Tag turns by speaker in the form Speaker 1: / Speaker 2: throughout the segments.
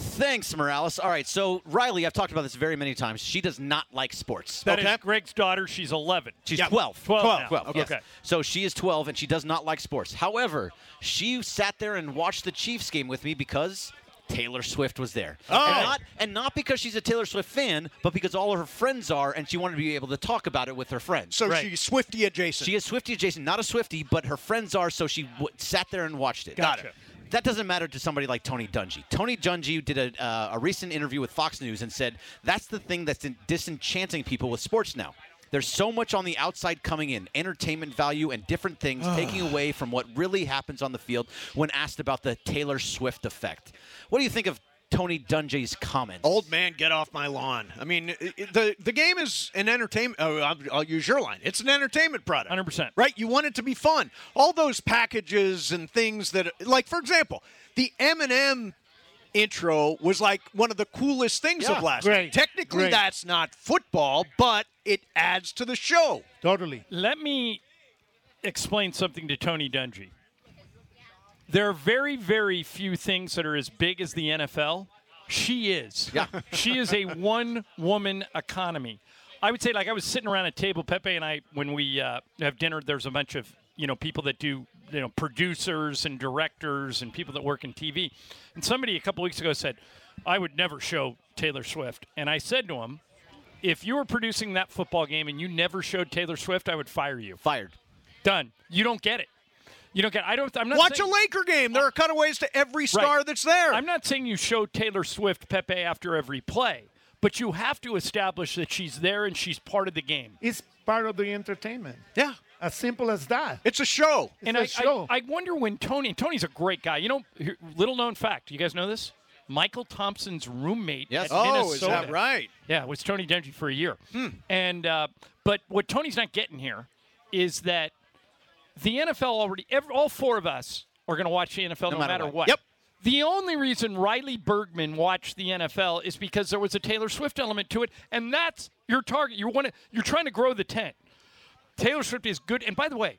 Speaker 1: Thanks, Morales. All right, so Riley, I've talked about this very many times. She does not like sports.
Speaker 2: That is Greg's daughter. She's 11.
Speaker 1: She's
Speaker 2: Yeah.
Speaker 1: 12.
Speaker 2: 12. now.
Speaker 1: 12.
Speaker 2: Okay.
Speaker 1: yes. So she is 12 and she does not like sports. However, she sat there and watched the Chiefs game with me because Taylor Swift was there.
Speaker 3: Oh.
Speaker 1: And not and not because she's a Taylor Swift fan, but because all of her friends are and she wanted to be able to talk about it with her friends.
Speaker 3: So she's Swifty adjacent.
Speaker 1: She is Swifty adjacent, not a Swifty, but her friends are, so she w- sat there and watched it.
Speaker 3: Got it.
Speaker 1: That doesn't matter to somebody like Tony Dungy. Tony Dungy did a, uh, a recent interview with Fox News and said that's the thing that's in- disenchanting people with sports now. There's so much on the outside coming in, entertainment value and different things taking away from what really happens on the field when asked about the Taylor Swift effect. What do you think of Tony Dungy's comments?
Speaker 3: Old man, get off my lawn. I mean, it- it- the the game is an entertainment. Oh, I'll, I'll use your line. It's an entertainment product.
Speaker 2: 100%.
Speaker 3: Right? You want it to be fun. All those packages and things that, like, for example, the Eminem intro was like one of the coolest things
Speaker 1: Yeah,
Speaker 3: of last
Speaker 4: great,
Speaker 3: night. Technically,
Speaker 4: great.
Speaker 3: that's not football, but it adds to the show.
Speaker 4: Totally.
Speaker 2: Let me explain something to Tony Dungy. There are very, very few things that are as big as the NFL. She is.
Speaker 1: Yeah.
Speaker 2: she is a one woman economy. I would say, like, I was sitting around a table, Pepe and I, when we uh, have dinner, there's a bunch of, you know, people that do, you know, producers and directors and people that work in TV. And somebody a couple weeks ago said, I would never show Taylor Swift. And I said to him, if you were producing that football game and you never showed Taylor Swift, I would fire you.
Speaker 1: Fired.
Speaker 2: Done. You don't get it. You don't get. I don't. I'm not.
Speaker 3: Watch a
Speaker 2: saying,
Speaker 3: Laker game. There are cutaways to every star that's there.
Speaker 2: I'm not saying you show Taylor Swift Pepe after every play, but you have to establish that she's there and she's part of the game.
Speaker 4: It's part of the entertainment.
Speaker 3: yeah,
Speaker 4: As simple as that.
Speaker 3: it's a show.
Speaker 2: and
Speaker 4: a
Speaker 2: I,
Speaker 4: show.
Speaker 2: I, I wonder when Tony. Tony's a great guy. You know, here- little known fact. You guys know this. Michael Thompson's roommate.
Speaker 1: Yes.
Speaker 2: at
Speaker 3: oh, is
Speaker 2: Minnesota.
Speaker 3: that right? Hmm.
Speaker 2: Yeah, it was Tony Dungy for a year. And uh, but what Tony's not getting here is that the NFL already every, all four of us are going to watch the NFL no,
Speaker 1: matter
Speaker 2: matter
Speaker 1: what.
Speaker 2: what.
Speaker 3: Yep.
Speaker 2: The only reason Riley Bergman watched the NFL is because there was a Taylor Swift element to it, and that's your target. You want to you're trying to grow the tent. Taylor Swift is good, and by the way,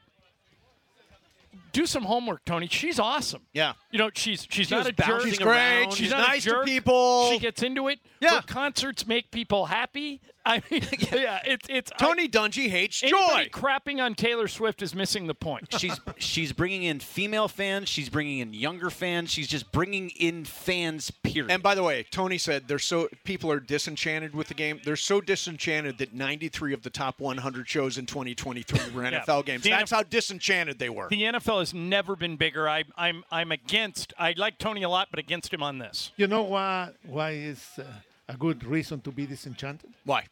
Speaker 2: do some homework, Tony. She's awesome.
Speaker 3: Yeah.
Speaker 2: You know, she's she's
Speaker 1: was
Speaker 2: not a jerk.
Speaker 1: bouncing
Speaker 3: She's great.
Speaker 1: around.
Speaker 3: She's
Speaker 2: not a
Speaker 3: nice to
Speaker 2: jerk.
Speaker 3: people.
Speaker 2: She gets into it.
Speaker 3: Yeah.
Speaker 2: Her concerts make people happy. I mean, yeah, it's it's I-
Speaker 3: Tony Dungy hates joy.
Speaker 2: anybody crapping on Taylor Swift is missing the point.
Speaker 1: she's she's bringing in female fans. She's bringing in younger fans. She's just bringing in fans. Period.
Speaker 3: And by the way, Tony said they're so people are disenchanted with the game. They're so disenchanted that 93 of the top 100 shows in 2023 were
Speaker 2: Yeah.
Speaker 3: NFL games.
Speaker 2: The
Speaker 3: That's
Speaker 2: NFL
Speaker 3: how disenchanted they were.
Speaker 2: The NFL has never been bigger. I, I'm I'm against. I like Tony a lot, but against him on this.
Speaker 4: You know why? Why is uh, a good reason to be disenchanted?
Speaker 3: Why?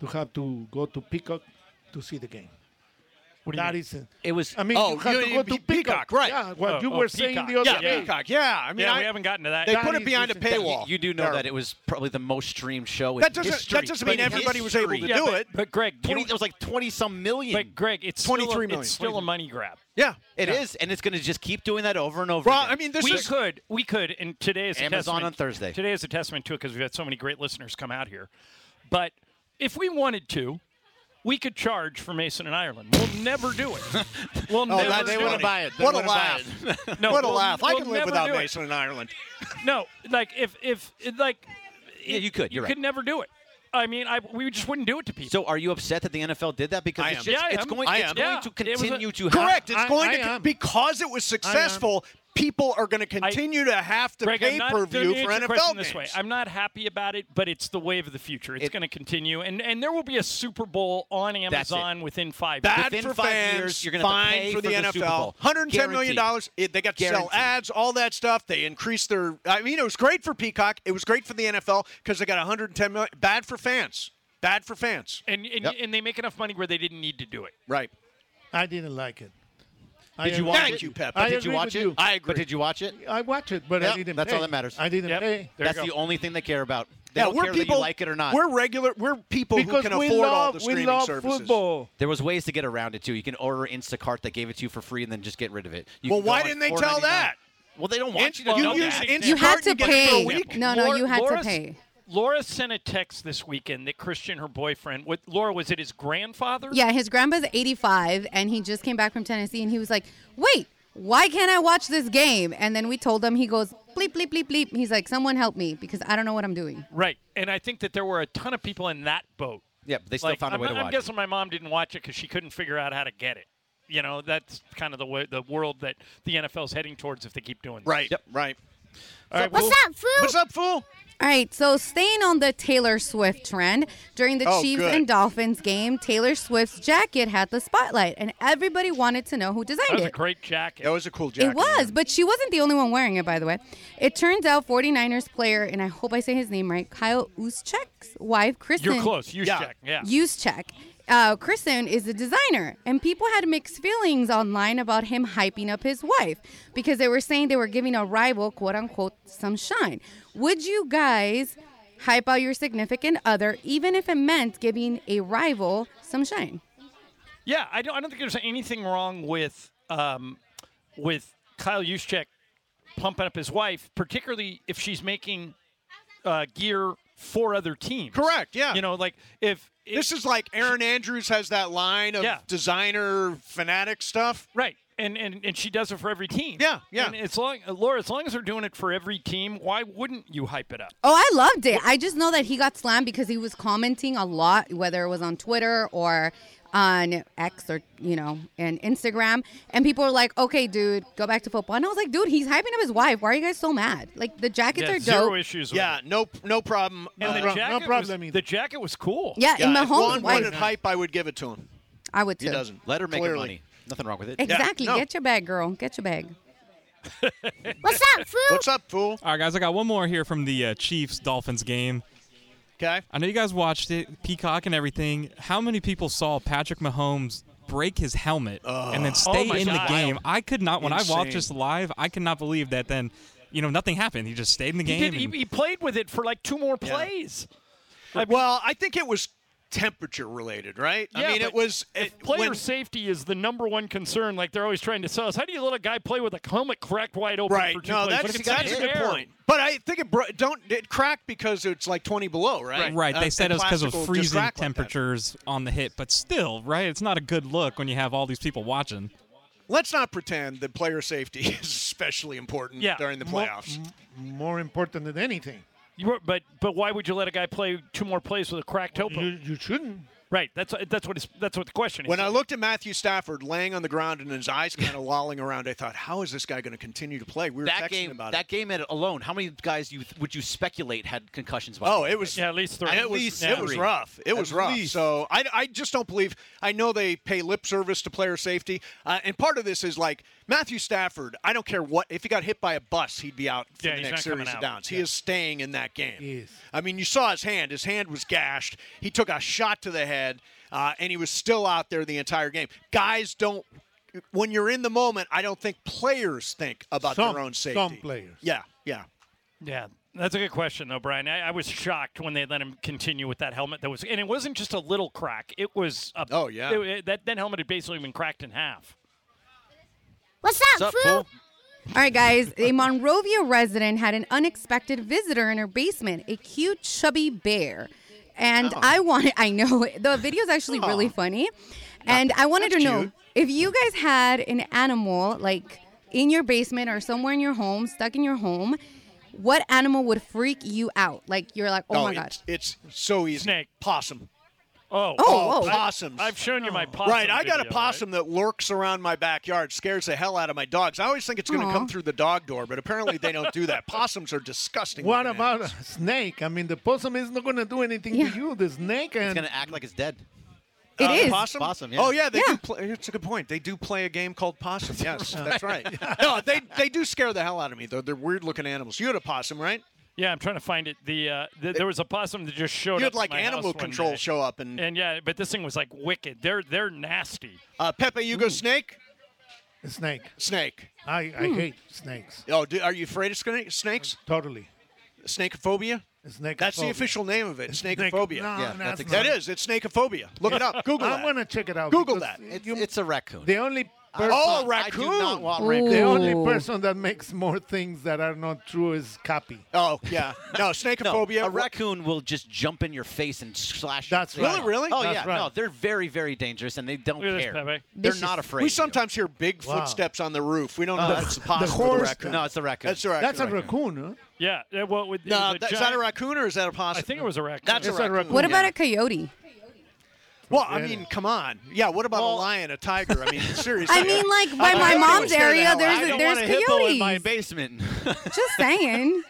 Speaker 4: To have to go to Peacock to see the game.
Speaker 2: What do you
Speaker 4: That
Speaker 2: mean?
Speaker 4: is. uh,
Speaker 1: It was-
Speaker 4: I mean,
Speaker 3: Oh,
Speaker 4: you have
Speaker 3: you-
Speaker 4: to go to
Speaker 3: Pe-
Speaker 4: Peacock,
Speaker 3: Peacock, right.
Speaker 4: Yeah, what
Speaker 2: Oh,
Speaker 4: you
Speaker 2: oh,
Speaker 4: were saying the
Speaker 2: Peacock.
Speaker 4: other
Speaker 3: Yeah,
Speaker 4: day.
Speaker 3: Peacock. Yeah, I mean,
Speaker 2: yeah,
Speaker 3: I,
Speaker 2: we haven't gotten to that.
Speaker 3: They
Speaker 2: yet.
Speaker 3: put
Speaker 4: That
Speaker 3: it behind a
Speaker 4: is disenchant-
Speaker 3: paywall.
Speaker 1: You do know that it was probably the most streamed show. In
Speaker 3: That doesn't- that
Speaker 1: history.
Speaker 3: doesn't mean
Speaker 1: In
Speaker 3: everybody was able to
Speaker 1: history.
Speaker 2: yeah,
Speaker 3: do
Speaker 2: but,
Speaker 3: it.
Speaker 2: But Greg, you
Speaker 1: 20,
Speaker 2: don't-
Speaker 1: it was like twenty some million.
Speaker 2: but Greg, it's still a-
Speaker 3: 23 million.
Speaker 2: It's still a money grab.
Speaker 3: yeah.
Speaker 1: It is, and it's going to just keep doing that over and over.
Speaker 3: Well,
Speaker 1: again.
Speaker 3: I mean, this
Speaker 2: we
Speaker 3: is
Speaker 2: could, we could, and today is a
Speaker 1: Amazon
Speaker 2: testament,
Speaker 1: on Thursday.
Speaker 2: Today is a testament to it because we've had so many great listeners come out here. But if we wanted to, we could charge for Mason in Ireland. We'll never do it. We'll never.
Speaker 3: that's
Speaker 2: do
Speaker 3: funny.
Speaker 2: it.
Speaker 3: What a laugh!
Speaker 2: No,
Speaker 3: what a
Speaker 2: we'll-
Speaker 3: laugh! I
Speaker 2: we'll
Speaker 3: can live
Speaker 2: never
Speaker 3: without
Speaker 2: do it.
Speaker 3: Mason in Ireland.
Speaker 2: No, like if if like,
Speaker 1: Yeah, you could.
Speaker 2: you
Speaker 1: You're
Speaker 2: could
Speaker 1: right.
Speaker 2: never do it. I mean, I we just wouldn't do it to people.
Speaker 1: So, are you upset that the NFL did that? Because
Speaker 3: I
Speaker 1: it's
Speaker 3: am.
Speaker 1: just
Speaker 2: Yeah, I
Speaker 1: it's
Speaker 2: am.
Speaker 1: going
Speaker 3: I
Speaker 1: it's
Speaker 3: am.
Speaker 1: going
Speaker 2: Yeah,
Speaker 1: to
Speaker 2: it was a-
Speaker 1: continue to happen.
Speaker 3: Correct. It's
Speaker 4: I-
Speaker 3: going
Speaker 4: I
Speaker 3: to
Speaker 4: am.
Speaker 3: because it was successful. People are going to continue to have to
Speaker 2: Greg, I'm
Speaker 3: pay
Speaker 2: not
Speaker 3: per view
Speaker 2: let me
Speaker 3: for
Speaker 2: answer your
Speaker 3: NFL
Speaker 2: question
Speaker 3: games.
Speaker 2: this way. I'm not happy about it, but it's the wave of the future. It's
Speaker 1: It-
Speaker 2: going to continue, and and there will be a Super Bowl on
Speaker 1: That's it.
Speaker 2: Amazon within five.
Speaker 3: Bad
Speaker 2: years.
Speaker 1: Within
Speaker 3: for
Speaker 1: five
Speaker 3: fans.
Speaker 1: years, you're gonna have to
Speaker 3: fine
Speaker 1: pay
Speaker 3: for the
Speaker 1: for the
Speaker 3: NFL.
Speaker 1: Super Bowl.
Speaker 3: 110 million dollars.
Speaker 1: Guaranteed.
Speaker 3: It- They got to sell
Speaker 1: Guaranteed.
Speaker 3: ads, all that stuff. They increased their. I mean, it was great for Peacock. It was great for the NFL because they got 110 million. Bad for fans. Bad for fans.
Speaker 2: and and, and they make enough money where they didn't need to do it.
Speaker 3: Right.
Speaker 4: I didn't like it. I
Speaker 1: Did you
Speaker 4: agree
Speaker 1: watch
Speaker 3: Thank
Speaker 1: it?
Speaker 3: you, Pep.
Speaker 4: I
Speaker 1: But did you
Speaker 4: agree
Speaker 1: watch
Speaker 4: with
Speaker 1: it?
Speaker 4: you.
Speaker 3: I agree.
Speaker 1: But did you watch it?
Speaker 4: I watch it, but
Speaker 1: Yep,
Speaker 4: I didn't.
Speaker 1: that's
Speaker 4: pay.
Speaker 1: all that matters.
Speaker 4: I didn't
Speaker 2: Yep.
Speaker 4: pay.
Speaker 2: There you
Speaker 1: That's
Speaker 2: go.
Speaker 1: the only thing they care about. They don't
Speaker 3: we're
Speaker 1: care
Speaker 3: people.
Speaker 1: that you like it or not.
Speaker 3: We're regular. We're people who
Speaker 4: because
Speaker 3: can
Speaker 4: we
Speaker 3: afford
Speaker 4: love,
Speaker 3: all the streaming
Speaker 4: we love
Speaker 3: services.
Speaker 4: football.
Speaker 1: There was ways to get around it too. You can order Instacart that gave it to you for free and then just get rid of it. You
Speaker 3: Well,
Speaker 1: can go
Speaker 3: why
Speaker 1: on
Speaker 3: didn't they tell
Speaker 1: $4.99.
Speaker 3: that?
Speaker 1: Well, they don't want
Speaker 3: And
Speaker 1: you to
Speaker 3: you
Speaker 1: know
Speaker 2: use
Speaker 1: that.
Speaker 2: Instacart
Speaker 5: You had to
Speaker 3: you get it for a
Speaker 5: pay.
Speaker 3: week?
Speaker 5: No, no,
Speaker 2: Laura-
Speaker 5: you had
Speaker 2: Laura-
Speaker 5: to pay.
Speaker 2: Laura sent a text this weekend that Christian, her boyfriend, what Laura was it his grandfather?
Speaker 5: Yeah, his grandpa's 85, and he just came back from Tennessee, and he was like, "Wait, why can't I watch this game?" And then we told him. He goes, bleep, bleep, bleep, bleep. He's like, someone help me because I don't know what I'm doing.
Speaker 2: Right. And I think that there were a ton of people in that boat.
Speaker 1: Yeah, but they still found a
Speaker 2: I'm,
Speaker 1: way to
Speaker 2: I'm
Speaker 1: watch it.
Speaker 2: guessing my mom didn't watch it because she couldn't figure out how to get it. You know, that's kind of the way, the world that the NFL's heading towards if they keep doing this.
Speaker 3: Right.
Speaker 1: Yep, right.
Speaker 2: All right,
Speaker 6: What's
Speaker 2: well,
Speaker 6: up, fool?
Speaker 3: What's up, fool?
Speaker 5: All right, so staying on the Taylor Swift trend, during the
Speaker 3: Oh,
Speaker 5: Chiefs
Speaker 3: good.
Speaker 5: and Dolphins game, Taylor Swift's jacket had the spotlight, and everybody wanted to know who
Speaker 2: That
Speaker 5: designed
Speaker 2: was a
Speaker 5: it.
Speaker 2: great jacket.
Speaker 3: That was a cool jacket.
Speaker 5: It was, but she wasn't the only one wearing it, by the way. It turns out 49ers player, and I hope I say his name right, Kyle Uzchek's wife, Kristen.
Speaker 2: You're close. You check. Yeah.
Speaker 5: Uzchek. Uh, Kristen is the designer, and people had mixed feelings online about him hyping up his wife because they were saying they were giving a rival, quote unquote, some shine. Would you guys hype out your significant other, even if it meant giving a rival some shine?
Speaker 2: Yeah, I don't. I don't think there's anything wrong with um, with Kyle Juszczyk pumping up his wife, particularly if she's making uh, gear for other teams.
Speaker 3: Correct, yeah.
Speaker 2: You know, like if, if
Speaker 3: This is like Aaron Andrews has that line of
Speaker 2: Yeah.
Speaker 3: designer fanatic stuff.
Speaker 2: right, and, and and she does it for every team.
Speaker 3: Yeah, yeah.
Speaker 2: And as long uh, Laura, as long as they're doing it for every team, why wouldn't you hype it up?
Speaker 5: Oh, I loved it. I just know that he got slammed because he was commenting a lot, whether it was on Twitter or on X or you know, and Instagram. And people were like, "Okay, dude, go back to football." And I was like, "Dude, he's hyping up his wife. Why are you guys so mad? Like the jackets
Speaker 2: Yeah,
Speaker 5: are
Speaker 2: zero
Speaker 5: dope."
Speaker 2: issues. With
Speaker 3: Yeah,
Speaker 2: it.
Speaker 3: no, no problem.
Speaker 2: And the
Speaker 4: prob- no
Speaker 2: jacket was-
Speaker 4: problem either.
Speaker 2: the jacket was cool.
Speaker 5: Yeah,
Speaker 3: yeah,
Speaker 5: and
Speaker 3: if Juan
Speaker 5: Mahomes'
Speaker 3: wanted
Speaker 5: wife,
Speaker 3: hype, I would give it to him.
Speaker 5: I would too.
Speaker 3: He doesn't.
Speaker 1: Let her make her
Speaker 3: Clearly.
Speaker 1: money. Nothing wrong with it.
Speaker 5: Exactly.
Speaker 3: no.
Speaker 5: Get your bag, girl. Get your bag.
Speaker 6: What's up, fool?
Speaker 3: What's up, fool?
Speaker 7: All right, guys, I got one more here from the uh, Chiefs Dolphins game.
Speaker 3: Okay.
Speaker 7: I know you guys watched it, Peacock and everything. How many people saw Patrick Mahomes break his helmet and then stay
Speaker 2: my
Speaker 7: in
Speaker 2: God.
Speaker 7: the game? I could not. When I
Speaker 3: Insane.
Speaker 7: watched this live, I could not believe that. Then, you know, nothing happened. He just stayed in the
Speaker 2: He,
Speaker 7: game.
Speaker 2: did, he,
Speaker 7: and-
Speaker 2: he played with it for like two more plays.
Speaker 3: well, I think it was temperature related, right?
Speaker 2: Yeah,
Speaker 3: I mean, it
Speaker 2: but
Speaker 3: was it,
Speaker 2: if player
Speaker 3: when-
Speaker 2: safety is the number one concern. Like they're always trying to sell us. How do you let a guy play with a helmet cracked wide open
Speaker 3: right.
Speaker 2: for two
Speaker 3: No,
Speaker 2: plays?
Speaker 3: that's
Speaker 2: Look, it's
Speaker 3: that's a
Speaker 2: not
Speaker 3: good
Speaker 2: fair.
Speaker 3: point. But I think it bro- don't it cracked because it's like 20 below, right?
Speaker 7: Right,
Speaker 3: Uh,
Speaker 7: they said
Speaker 3: and
Speaker 7: it was because of
Speaker 3: plastic will just
Speaker 7: freezing
Speaker 3: crack like that.
Speaker 7: temperatures on the hit, but still, right? It's not a good look when you have all these people watching.
Speaker 3: Let's not pretend that player safety is especially important
Speaker 2: Yeah.
Speaker 3: during the playoffs.
Speaker 4: More important than anything,
Speaker 2: You were- but but why would you let a guy play two more plays with a cracked
Speaker 4: you,
Speaker 2: helmet?
Speaker 4: you shouldn't.
Speaker 2: Right. That's that's what it's, that's what the question is.
Speaker 3: When I looked at Matthew Stafford laying on the ground and his eyes kind of lolling around, I thought, how is this guy going to continue to play? We were texting
Speaker 1: That game,
Speaker 3: about
Speaker 1: that
Speaker 3: it.
Speaker 1: game at- alone. How many guys you would you speculate had concussions? by
Speaker 3: Oh,
Speaker 1: now?
Speaker 3: it was
Speaker 2: yeah, at least three.
Speaker 3: it was
Speaker 1: least
Speaker 2: yeah.
Speaker 3: it was rough. It was rough. So I, I just don't believe. I know they pay lip service to player safety, uh, and part of this is like Matthew Stafford. I don't care what if he got hit by a bus, he'd be out for
Speaker 2: Yeah,
Speaker 3: the
Speaker 2: he's
Speaker 3: next
Speaker 2: not coming
Speaker 3: series of
Speaker 2: out.
Speaker 3: downs. He
Speaker 2: Yeah.
Speaker 3: is staying in that game.
Speaker 4: He is.
Speaker 3: I mean, you saw his hand. His hand was gashed. He took a shot to the head, uh, and he was still out there the entire game. Guys don't. When you're in the moment, I don't think players think about
Speaker 4: Some-
Speaker 3: their own safety.
Speaker 4: some players.
Speaker 3: Yeah, yeah.
Speaker 2: Yeah, that's a good question though, Brian. I, I was shocked when they let him continue with that helmet that was, and it wasn't just a little crack. It was a,
Speaker 3: Oh, yeah.
Speaker 2: it- it- that that helmet had basically been cracked in half.
Speaker 6: What's
Speaker 1: What's
Speaker 6: up,
Speaker 1: up,
Speaker 6: fool?
Speaker 1: fool?
Speaker 5: All right, guys. A Monrovia resident had an unexpected visitor in her basement, a cute, chubby bear. And
Speaker 3: Oh.
Speaker 5: I wanted, I know, the video's actually really funny. And I wanted to
Speaker 3: that's
Speaker 5: know
Speaker 3: cute.
Speaker 5: if you guys had an animal, like in your basement or somewhere in your home, stuck in your home, what animal would freak you out? Like, you're like, oh, my God.
Speaker 3: it's, it's so easy.
Speaker 2: Snake.
Speaker 3: possum.
Speaker 2: Oh,
Speaker 5: Oh, whoa.
Speaker 3: possums.
Speaker 2: I've shown you my possum.
Speaker 3: Oh. Right, I got a
Speaker 2: video, right?
Speaker 3: possum that lurks around my backyard, scares the hell out of my dogs. I always think it's going to
Speaker 5: Aw.
Speaker 3: come through the dog door, but apparently they don't do that. Possums are disgusting.
Speaker 4: What
Speaker 3: looking
Speaker 4: about
Speaker 3: animals.
Speaker 4: a snake? I mean, the possum is not going to do anything
Speaker 5: Yeah.
Speaker 4: to you. The snake
Speaker 1: It's
Speaker 4: and
Speaker 1: gonna act like it's dead.
Speaker 5: It
Speaker 3: Uh,
Speaker 5: is.
Speaker 3: possum?
Speaker 1: Possum, yeah.
Speaker 3: Oh yeah, they
Speaker 5: Yeah.
Speaker 3: do. Play, it's a good point. They do play a game called possum. Yes, that's right. No, they they do scare the hell out of me though. They're weird looking animals. You had a possum, right?
Speaker 2: Yeah, I'm trying to find it. The uh, th- there was a possum that just showed
Speaker 3: You had
Speaker 2: up. at
Speaker 3: like
Speaker 2: my
Speaker 3: animal
Speaker 2: house one
Speaker 3: control
Speaker 2: day.
Speaker 3: show up and
Speaker 2: And yeah, but this thing was like wicked. They're they're nasty.
Speaker 3: uh, Pepe. You go snake.
Speaker 4: snake.
Speaker 3: Snake.
Speaker 4: I, I
Speaker 5: Hmm.
Speaker 4: hate snakes
Speaker 3: Oh, do, are you afraid of snake, snakes?
Speaker 4: totally.
Speaker 3: Snake phobia?
Speaker 4: Snakeophobia.
Speaker 3: That's the official name of it. Snakeophobia.
Speaker 4: No,
Speaker 1: Yeah,
Speaker 4: no,
Speaker 1: that's
Speaker 4: it's
Speaker 3: That
Speaker 4: not.
Speaker 3: is. It's snakeophobia. Look it up. Google
Speaker 4: I'm
Speaker 3: that.
Speaker 4: gonna check it out.
Speaker 3: Google
Speaker 4: because
Speaker 3: that.
Speaker 1: It's,
Speaker 4: you-
Speaker 1: it's a raccoon.
Speaker 4: the only person.
Speaker 3: Oh,
Speaker 1: I do not
Speaker 3: raccoon.
Speaker 1: want
Speaker 5: Ooh.
Speaker 1: raccoon.
Speaker 4: The
Speaker 5: Ooh.
Speaker 4: only person that makes more things that are not true is Cappy.
Speaker 3: Oh, yeah. No,
Speaker 1: No,
Speaker 3: snakeophobia.
Speaker 1: a raccoon will just jump in your face and slash.
Speaker 4: That's
Speaker 1: your face.
Speaker 4: right.
Speaker 3: Really, really?
Speaker 1: Oh
Speaker 4: That's
Speaker 1: yeah.
Speaker 4: right.
Speaker 1: No, they're very, very dangerous, and they don't
Speaker 2: Look at this,
Speaker 1: care.
Speaker 2: Pepe.
Speaker 1: They're
Speaker 5: This
Speaker 1: not
Speaker 5: is-
Speaker 1: afraid.
Speaker 3: We
Speaker 1: of you.
Speaker 3: sometimes hear big
Speaker 4: Wow. Uh,
Speaker 3: footsteps on the roof. We don't know if it's the,
Speaker 4: the
Speaker 3: possible
Speaker 4: horse-
Speaker 3: raccoon.
Speaker 1: No, it's a raccoon.
Speaker 3: That's a raccoon.
Speaker 4: That's a raccoon, huh?
Speaker 2: Yeah. yeah, Well, with, it
Speaker 3: No,
Speaker 2: was a
Speaker 3: that, is that
Speaker 2: giant-
Speaker 3: a raccoon or is that a possum?
Speaker 2: I think it was a raccoon.
Speaker 3: That's
Speaker 4: It's
Speaker 3: a
Speaker 4: a
Speaker 3: raccoon.
Speaker 4: raccoon.
Speaker 5: What about
Speaker 3: yeah.
Speaker 5: a coyote?
Speaker 3: Well, I
Speaker 4: Yeah.
Speaker 3: mean, come on. Yeah, what about a
Speaker 1: Well-
Speaker 3: lion, a tiger? I mean, seriously.
Speaker 5: I mean, like by
Speaker 3: Uh,
Speaker 5: my
Speaker 3: coyotes
Speaker 5: mom's
Speaker 3: scare the
Speaker 5: area,
Speaker 3: hell
Speaker 5: there's
Speaker 3: out
Speaker 1: I
Speaker 3: of
Speaker 1: don't
Speaker 5: there's
Speaker 1: want a
Speaker 5: coyotes.
Speaker 1: hippo in my basement.
Speaker 5: Just saying.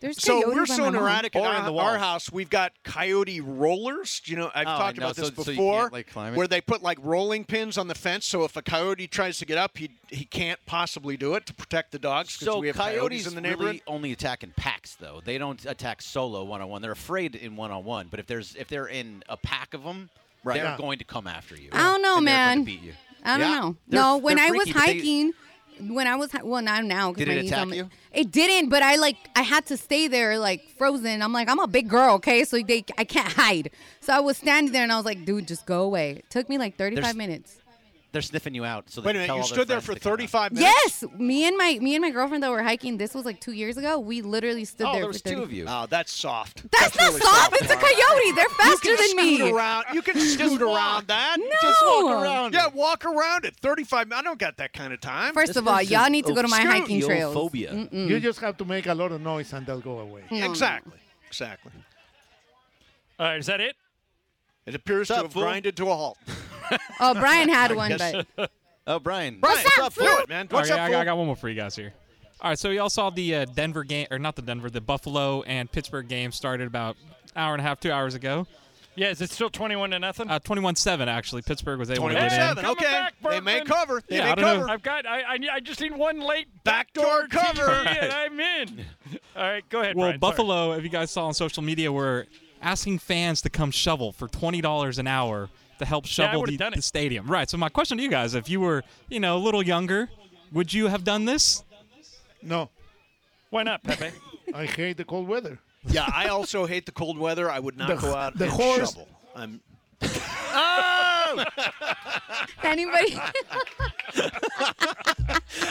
Speaker 5: There's
Speaker 3: so
Speaker 5: coyotes
Speaker 3: we're
Speaker 5: by
Speaker 3: so
Speaker 5: my mom.
Speaker 3: neurotic in
Speaker 1: Or in
Speaker 3: our,
Speaker 1: the
Speaker 3: our
Speaker 1: walls.
Speaker 3: house. We've got coyote rollers. You know, I've
Speaker 1: Oh, I
Speaker 3: talked
Speaker 1: know.
Speaker 3: about this
Speaker 1: So- so you
Speaker 3: before,
Speaker 1: can't, like, climb it?
Speaker 3: where they put like rolling pins on the fence. So if a coyote tries to get up, he he can't possibly do it to protect the dogs because
Speaker 1: so
Speaker 3: we have coyotes,
Speaker 1: coyotes,
Speaker 3: in the neighborhood.
Speaker 1: really only attack in packs, though. They don't attack solo one on one. They're afraid in one on one. But if there's if they're in a pack of them, they're
Speaker 4: Yeah.
Speaker 1: going to come after you.
Speaker 5: I don't know,
Speaker 1: And they're gonna
Speaker 5: man.
Speaker 1: beat you.
Speaker 5: I don't
Speaker 1: Yeah.
Speaker 5: know.
Speaker 1: They're-
Speaker 5: no, when
Speaker 1: they're
Speaker 5: I was
Speaker 1: freaky, but they-
Speaker 5: hiking, when I was hi- well, not now. 'cause
Speaker 1: Did
Speaker 5: my
Speaker 1: it
Speaker 5: knees
Speaker 1: attack
Speaker 5: on my-
Speaker 1: you?
Speaker 5: It didn't, but I like I had to stay there like frozen. I'm like I'm a big girl, okay? So they I can't hide. So I was standing there and I was like, dude, just go away. It took me like 35
Speaker 1: There's-
Speaker 5: minutes.
Speaker 1: They're sniffing you out. So they
Speaker 3: Wait a minute,
Speaker 1: tell
Speaker 3: you
Speaker 1: all their
Speaker 3: stood there
Speaker 1: friends
Speaker 3: for
Speaker 1: to come out.
Speaker 3: 35 minutes.
Speaker 5: Yes, me and my me and my girlfriend that were hiking. This was like two years ago. We literally stood
Speaker 1: Oh,
Speaker 5: there.
Speaker 1: there
Speaker 5: for
Speaker 1: was
Speaker 5: 30
Speaker 1: two of you.
Speaker 3: Oh, that's soft.
Speaker 5: That's, not
Speaker 3: really
Speaker 5: soft. It's a
Speaker 3: Laura.
Speaker 5: coyote. They're faster
Speaker 3: You can
Speaker 5: than me.
Speaker 3: scoot around. You can scoot around that.
Speaker 1: Just walk
Speaker 5: No.
Speaker 1: around.
Speaker 3: Yeah, walk around it. 35. I don't got that kind of time.
Speaker 5: First of all, y'all need to go to my hiking trails.
Speaker 1: Phobia.
Speaker 4: You just have to make a lot of noise and they'll go away.
Speaker 5: Hmm.
Speaker 3: exactly. Exactly.
Speaker 2: All right, is that it?
Speaker 3: It appears
Speaker 1: What's
Speaker 3: to
Speaker 1: up,
Speaker 3: have
Speaker 1: fool?
Speaker 3: grinded to a halt.
Speaker 5: Oh, Brian had one,
Speaker 3: guess-
Speaker 5: but
Speaker 1: Oh, Brian.
Speaker 3: Brian,
Speaker 6: What's up,
Speaker 3: do
Speaker 6: fool?
Speaker 3: it, man. What's
Speaker 7: All right,
Speaker 3: up,
Speaker 7: I,
Speaker 3: fool?
Speaker 7: got, I got one more for you guys here. All right, so y'all saw the uh, Denver game, or not the Denver, the Buffalo and Pittsburgh game started about hour and a half, two hours ago.
Speaker 2: Yeah, is it still 21 to nothing?
Speaker 7: Uh, 21-7 actually. Pittsburgh was able to get in.
Speaker 3: 27.
Speaker 2: Coming
Speaker 3: Okay.
Speaker 2: back,
Speaker 3: they may
Speaker 2: Bergman.
Speaker 3: cover. They
Speaker 7: Yeah,
Speaker 3: may
Speaker 7: I don't know.
Speaker 3: cover.
Speaker 2: I've got. I, I I just need one late
Speaker 3: Backdoor
Speaker 2: backdoor
Speaker 3: cover.
Speaker 2: TV and I'm in. All right, go ahead.
Speaker 7: Well,
Speaker 2: Brian, sorry.
Speaker 7: Buffalo, if you guys saw on social media, were asking fans to come shovel for twenty dollars an hour to help
Speaker 2: I
Speaker 7: shovel
Speaker 2: would've
Speaker 7: the,
Speaker 2: done
Speaker 7: the
Speaker 2: it.
Speaker 7: stadium. Right. So my question to you guys: If you were, you know, a little younger, would you have done this?
Speaker 4: No,
Speaker 2: Why not, Pepe?
Speaker 4: I hate the cold weather.
Speaker 3: Yeah, I also hate the cold weather. I would not
Speaker 4: The-
Speaker 3: go out
Speaker 4: the
Speaker 3: and
Speaker 4: horse-
Speaker 3: shovel. I'm
Speaker 1: Oh!
Speaker 5: anybody.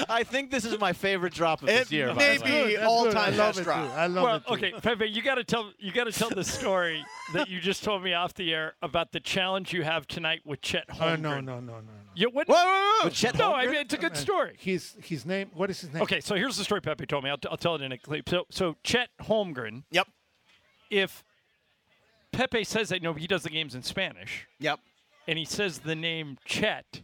Speaker 1: I think this is my favorite drop of
Speaker 3: it
Speaker 1: this year. by
Speaker 3: may
Speaker 1: the way.
Speaker 4: Good,
Speaker 3: be
Speaker 4: that's good. I
Speaker 3: all-time
Speaker 4: love
Speaker 3: best
Speaker 4: it. Too.
Speaker 3: drop.
Speaker 4: I love
Speaker 2: well,
Speaker 4: it. Too.
Speaker 2: okay, Pepe, you got to tell you got to tell the story that you just told me off the air about the challenge you have tonight with Chet Holmgren.
Speaker 4: Oh, no, no, no, no. no.
Speaker 2: You, what?
Speaker 3: Whoa, whoa, whoa.
Speaker 1: But Chet
Speaker 2: no,
Speaker 1: Holmgren-
Speaker 2: I mean it's a good story.
Speaker 4: His his name. What is his name?
Speaker 2: Okay, so here's the story Pepe told me. I'll, t- I'll tell it in a clip. So, so Chet Holmgren,
Speaker 3: Yep.
Speaker 2: if Pepe says that, no, he does the games in Spanish,
Speaker 3: Yep.
Speaker 2: and he says the name Chet,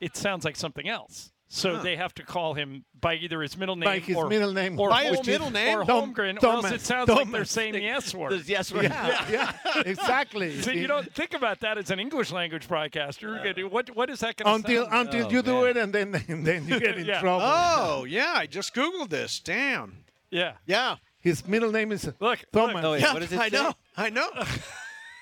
Speaker 2: it sounds like something else. So they have to call him by either his middle name
Speaker 4: By his
Speaker 2: or
Speaker 4: middle name.
Speaker 2: or
Speaker 3: By his
Speaker 2: Holm-
Speaker 3: middle name?
Speaker 2: or
Speaker 4: Dom-
Speaker 2: Holmgren, or else
Speaker 4: Thomas.
Speaker 2: it sounds like they're
Speaker 4: Thomas.
Speaker 2: saying the S word.
Speaker 1: There's yes, we're
Speaker 4: Yeah, yeah, exactly.
Speaker 2: So you don't think about that as an English language broadcaster. What what is that going to
Speaker 4: until until
Speaker 1: Oh,
Speaker 4: you do
Speaker 1: man.
Speaker 4: it, and then and then you get in
Speaker 2: Yeah.
Speaker 4: trouble.
Speaker 3: Oh, yeah. I just Googled this. Damn.
Speaker 2: yeah.
Speaker 3: Yeah.
Speaker 4: His middle name is
Speaker 2: look.
Speaker 4: Thomas.
Speaker 1: Oh, yeah.
Speaker 3: Yeah,
Speaker 1: What does it
Speaker 3: I
Speaker 1: say?
Speaker 3: know. I know.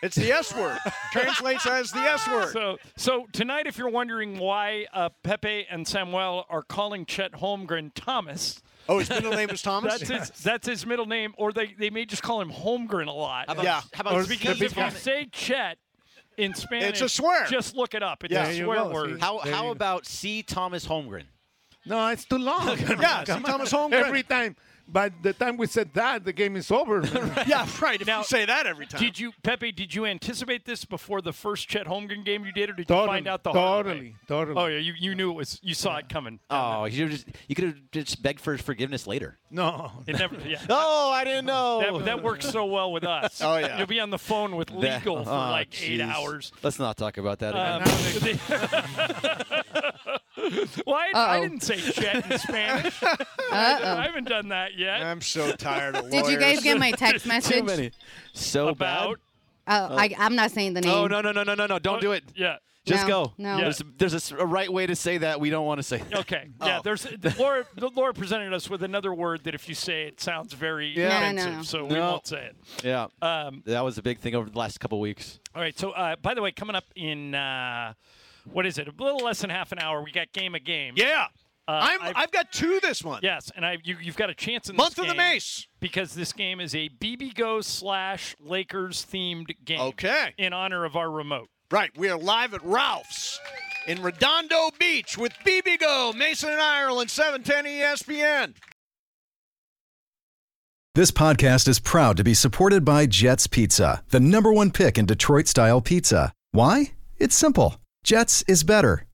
Speaker 3: It's the S word. Translates as the S word.
Speaker 2: So so tonight, if you're wondering why uh, Pepe and Samuel are calling Chet Holmgren Thomas,
Speaker 3: Oh, his middle name is Thomas?
Speaker 2: that's his that's his middle name, or they they may just call him Holmgren a lot.
Speaker 1: How about,
Speaker 3: Yeah.
Speaker 1: How about
Speaker 4: Or
Speaker 2: because
Speaker 1: Steve
Speaker 2: if you
Speaker 1: Thomas?
Speaker 2: say Chet in Spanish,
Speaker 3: a swear.
Speaker 2: Just look it up. It's
Speaker 4: Yeah,
Speaker 2: a
Speaker 4: you
Speaker 2: swear
Speaker 4: will,
Speaker 2: word.
Speaker 4: see.
Speaker 1: How,
Speaker 4: There you
Speaker 1: how
Speaker 4: go.
Speaker 1: about C. Thomas Holmgren?
Speaker 4: No, it's too long.
Speaker 3: Yeah, see, Thomas Holmgren.
Speaker 4: Every time. By the time we said that, the game is over. man.
Speaker 3: yeah, right. If
Speaker 2: Now-
Speaker 3: you say that every time.
Speaker 2: Did you, Pepe? Did you anticipate this before the first Chet Holmgren game you did, or did you
Speaker 4: totally,
Speaker 2: find out the hard way?
Speaker 4: totally, totally.
Speaker 2: Oh yeah, you, you knew it was you saw it coming.
Speaker 1: Oh, you just you could have just begged for forgiveness later.
Speaker 4: No,
Speaker 2: It never yeah.
Speaker 1: Oh, I didn't know.
Speaker 2: That, that works so well with us.
Speaker 3: Oh, yeah.
Speaker 2: You'll be on the phone with
Speaker 1: That-
Speaker 2: legal for
Speaker 1: oh,
Speaker 2: like eight
Speaker 1: jeez.
Speaker 2: hours.
Speaker 1: Let's not talk about that again.
Speaker 2: Um, well, I, I
Speaker 5: Uh-oh.
Speaker 2: didn't say Chet in Spanish. I haven't done that yet.
Speaker 3: I'm so tired of
Speaker 5: Did you guys
Speaker 3: lawyers.
Speaker 5: get my text
Speaker 1: Too
Speaker 5: message? Oh,
Speaker 1: many. So
Speaker 2: about
Speaker 5: I, I'm not saying the
Speaker 1: bad.
Speaker 5: name.
Speaker 1: Oh no no no no no no! Don't do it.
Speaker 2: yeah.
Speaker 1: Just
Speaker 5: No,
Speaker 1: go.
Speaker 5: no.
Speaker 1: There's, there's a s- a, right way to say that we don't want to say.
Speaker 2: Okay. Yeah. There's Laura. Laura presented us with another word that if you say it sounds very
Speaker 5: Yeah. No, no,
Speaker 2: offensive,
Speaker 5: no.
Speaker 2: so we
Speaker 1: No.
Speaker 2: won't say it.
Speaker 1: Yeah,
Speaker 2: Um,
Speaker 1: that was a big thing over the last couple weeks.
Speaker 2: All right. So, uh, by the way, coming up in uh, what is it? A little less than half an hour. We got game of game.
Speaker 3: Yeah. I'm, I've,
Speaker 2: uh, I've-
Speaker 3: got two this month.
Speaker 2: Yes, and I you, you've got a chance in
Speaker 3: Month
Speaker 2: this
Speaker 3: of the
Speaker 2: game
Speaker 3: Mace.
Speaker 2: because this game is a BB Go slash Lakers themed game.
Speaker 3: Okay.
Speaker 2: In honor of our remote.
Speaker 3: Right. We are live at Ralph's. in Redondo Beach with BBGO, Mason and Ireland, E 710 ESPN.
Speaker 8: This podcast is proud to be supported by Jets Pizza, the number one pick in Detroit style pizza. Why? It's simple. Jets is better.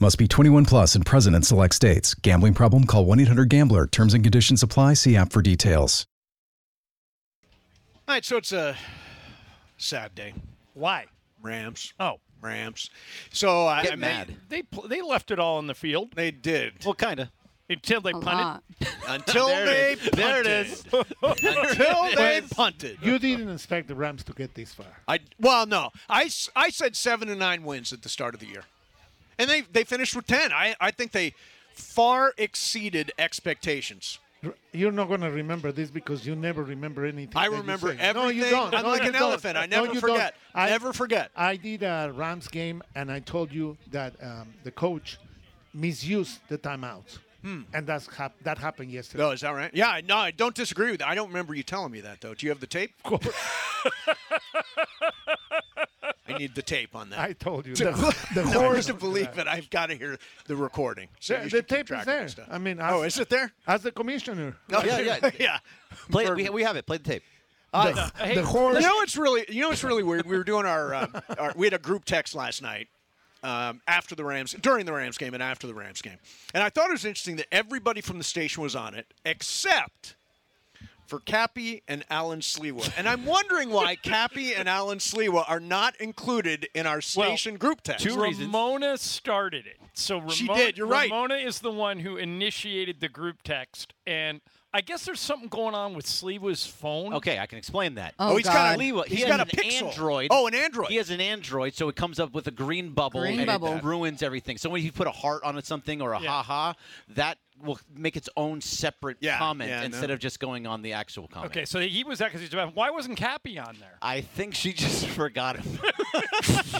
Speaker 8: Must be 21 plus and present in select states. Gambling problem? Call 1 800 Gambler. Terms and conditions apply. See app for details.
Speaker 3: All right, so it's a sad day.
Speaker 2: Why?
Speaker 3: Rams,
Speaker 2: Oh,
Speaker 3: Rams. So I,
Speaker 1: Get
Speaker 3: I mean,
Speaker 1: mad.
Speaker 2: they pl- they left it all on the field
Speaker 3: They did
Speaker 1: Well, kind of.
Speaker 2: until they
Speaker 5: A
Speaker 2: punted.
Speaker 5: lot.
Speaker 3: until
Speaker 1: There
Speaker 3: they
Speaker 1: it is. There it is.
Speaker 3: until they punted.
Speaker 4: You didn't expect the Rams to get this far.
Speaker 3: I well, no. I, s- I said seven to nine wins at the start of the year, and they they finished with ten. I I think they far exceeded expectations.
Speaker 4: R- You're not going to remember this because you never remember anything.
Speaker 3: I
Speaker 4: that you
Speaker 3: remember
Speaker 4: say.
Speaker 3: everything.
Speaker 4: No, you don't.
Speaker 3: I'm
Speaker 4: No,
Speaker 3: like
Speaker 4: you
Speaker 3: an
Speaker 4: don't.
Speaker 3: elephant. I
Speaker 4: No,
Speaker 3: never
Speaker 4: you don't.
Speaker 3: forget. Never forget.
Speaker 4: I did a Rams game and I told you that um, the coach misused the timeouts. And that's hap- that happened
Speaker 3: No,
Speaker 4: yesterday.
Speaker 3: Hmm. Oh, is that right? Yeah, I- no, I don't disagree with that. I don't remember you telling me that though. Do you have the tape? I need the tape on that.
Speaker 4: I told you.
Speaker 3: to,
Speaker 4: that.
Speaker 3: the
Speaker 4: I
Speaker 3: horrors to
Speaker 4: told you
Speaker 3: believe
Speaker 4: that.
Speaker 3: it. I've got to hear the recording. So
Speaker 4: The-
Speaker 3: you
Speaker 4: the
Speaker 3: should keep
Speaker 4: tape
Speaker 3: track
Speaker 4: is
Speaker 3: of that
Speaker 4: there.
Speaker 3: stuff.
Speaker 4: I mean,
Speaker 3: oh,
Speaker 4: as-
Speaker 3: is it there?
Speaker 4: As the commissioner.
Speaker 1: Oh, Yeah, yeah.
Speaker 3: yeah.
Speaker 1: Play it. We, we have it. Play the tape.
Speaker 4: The, the horse.
Speaker 3: Uh, You know what's really you know what's really weird. We were doing our, um, our we had a group text last night um, after the Rams during the Rams game and after the Rams game, and I thought it was interesting that everybody from the station was on it except for Cappy and Alan Slewa, and I'm wondering why Cappy and Alan Slewa are not included in our station group text.
Speaker 1: two reasons.
Speaker 2: Ramona started it. So Ramona,
Speaker 3: She did, you're right.
Speaker 2: Ramona is the one who initiated the group text, and I guess there's something going on with Sliwa's phone.
Speaker 1: Okay, I can explain that.
Speaker 5: Oh,
Speaker 3: he's
Speaker 5: God.
Speaker 3: got a
Speaker 1: Lewa, he
Speaker 3: he's
Speaker 1: has
Speaker 3: got a
Speaker 1: an
Speaker 3: pixel.
Speaker 1: Android.
Speaker 3: Oh, an Android.
Speaker 1: He has an Android, so it comes up with a green bubble
Speaker 5: Green
Speaker 1: and
Speaker 5: bubble.
Speaker 1: it ruins everything. So when you put a heart on it, something or a
Speaker 2: Yeah.
Speaker 1: haha, that will make its own separate
Speaker 3: Yeah,
Speaker 1: comment
Speaker 3: yeah, I
Speaker 1: instead
Speaker 3: know.
Speaker 1: of just going on the actual comment.
Speaker 2: Okay, so he was that because he's about. Why wasn't Cappy on there?
Speaker 1: I think she just forgot him.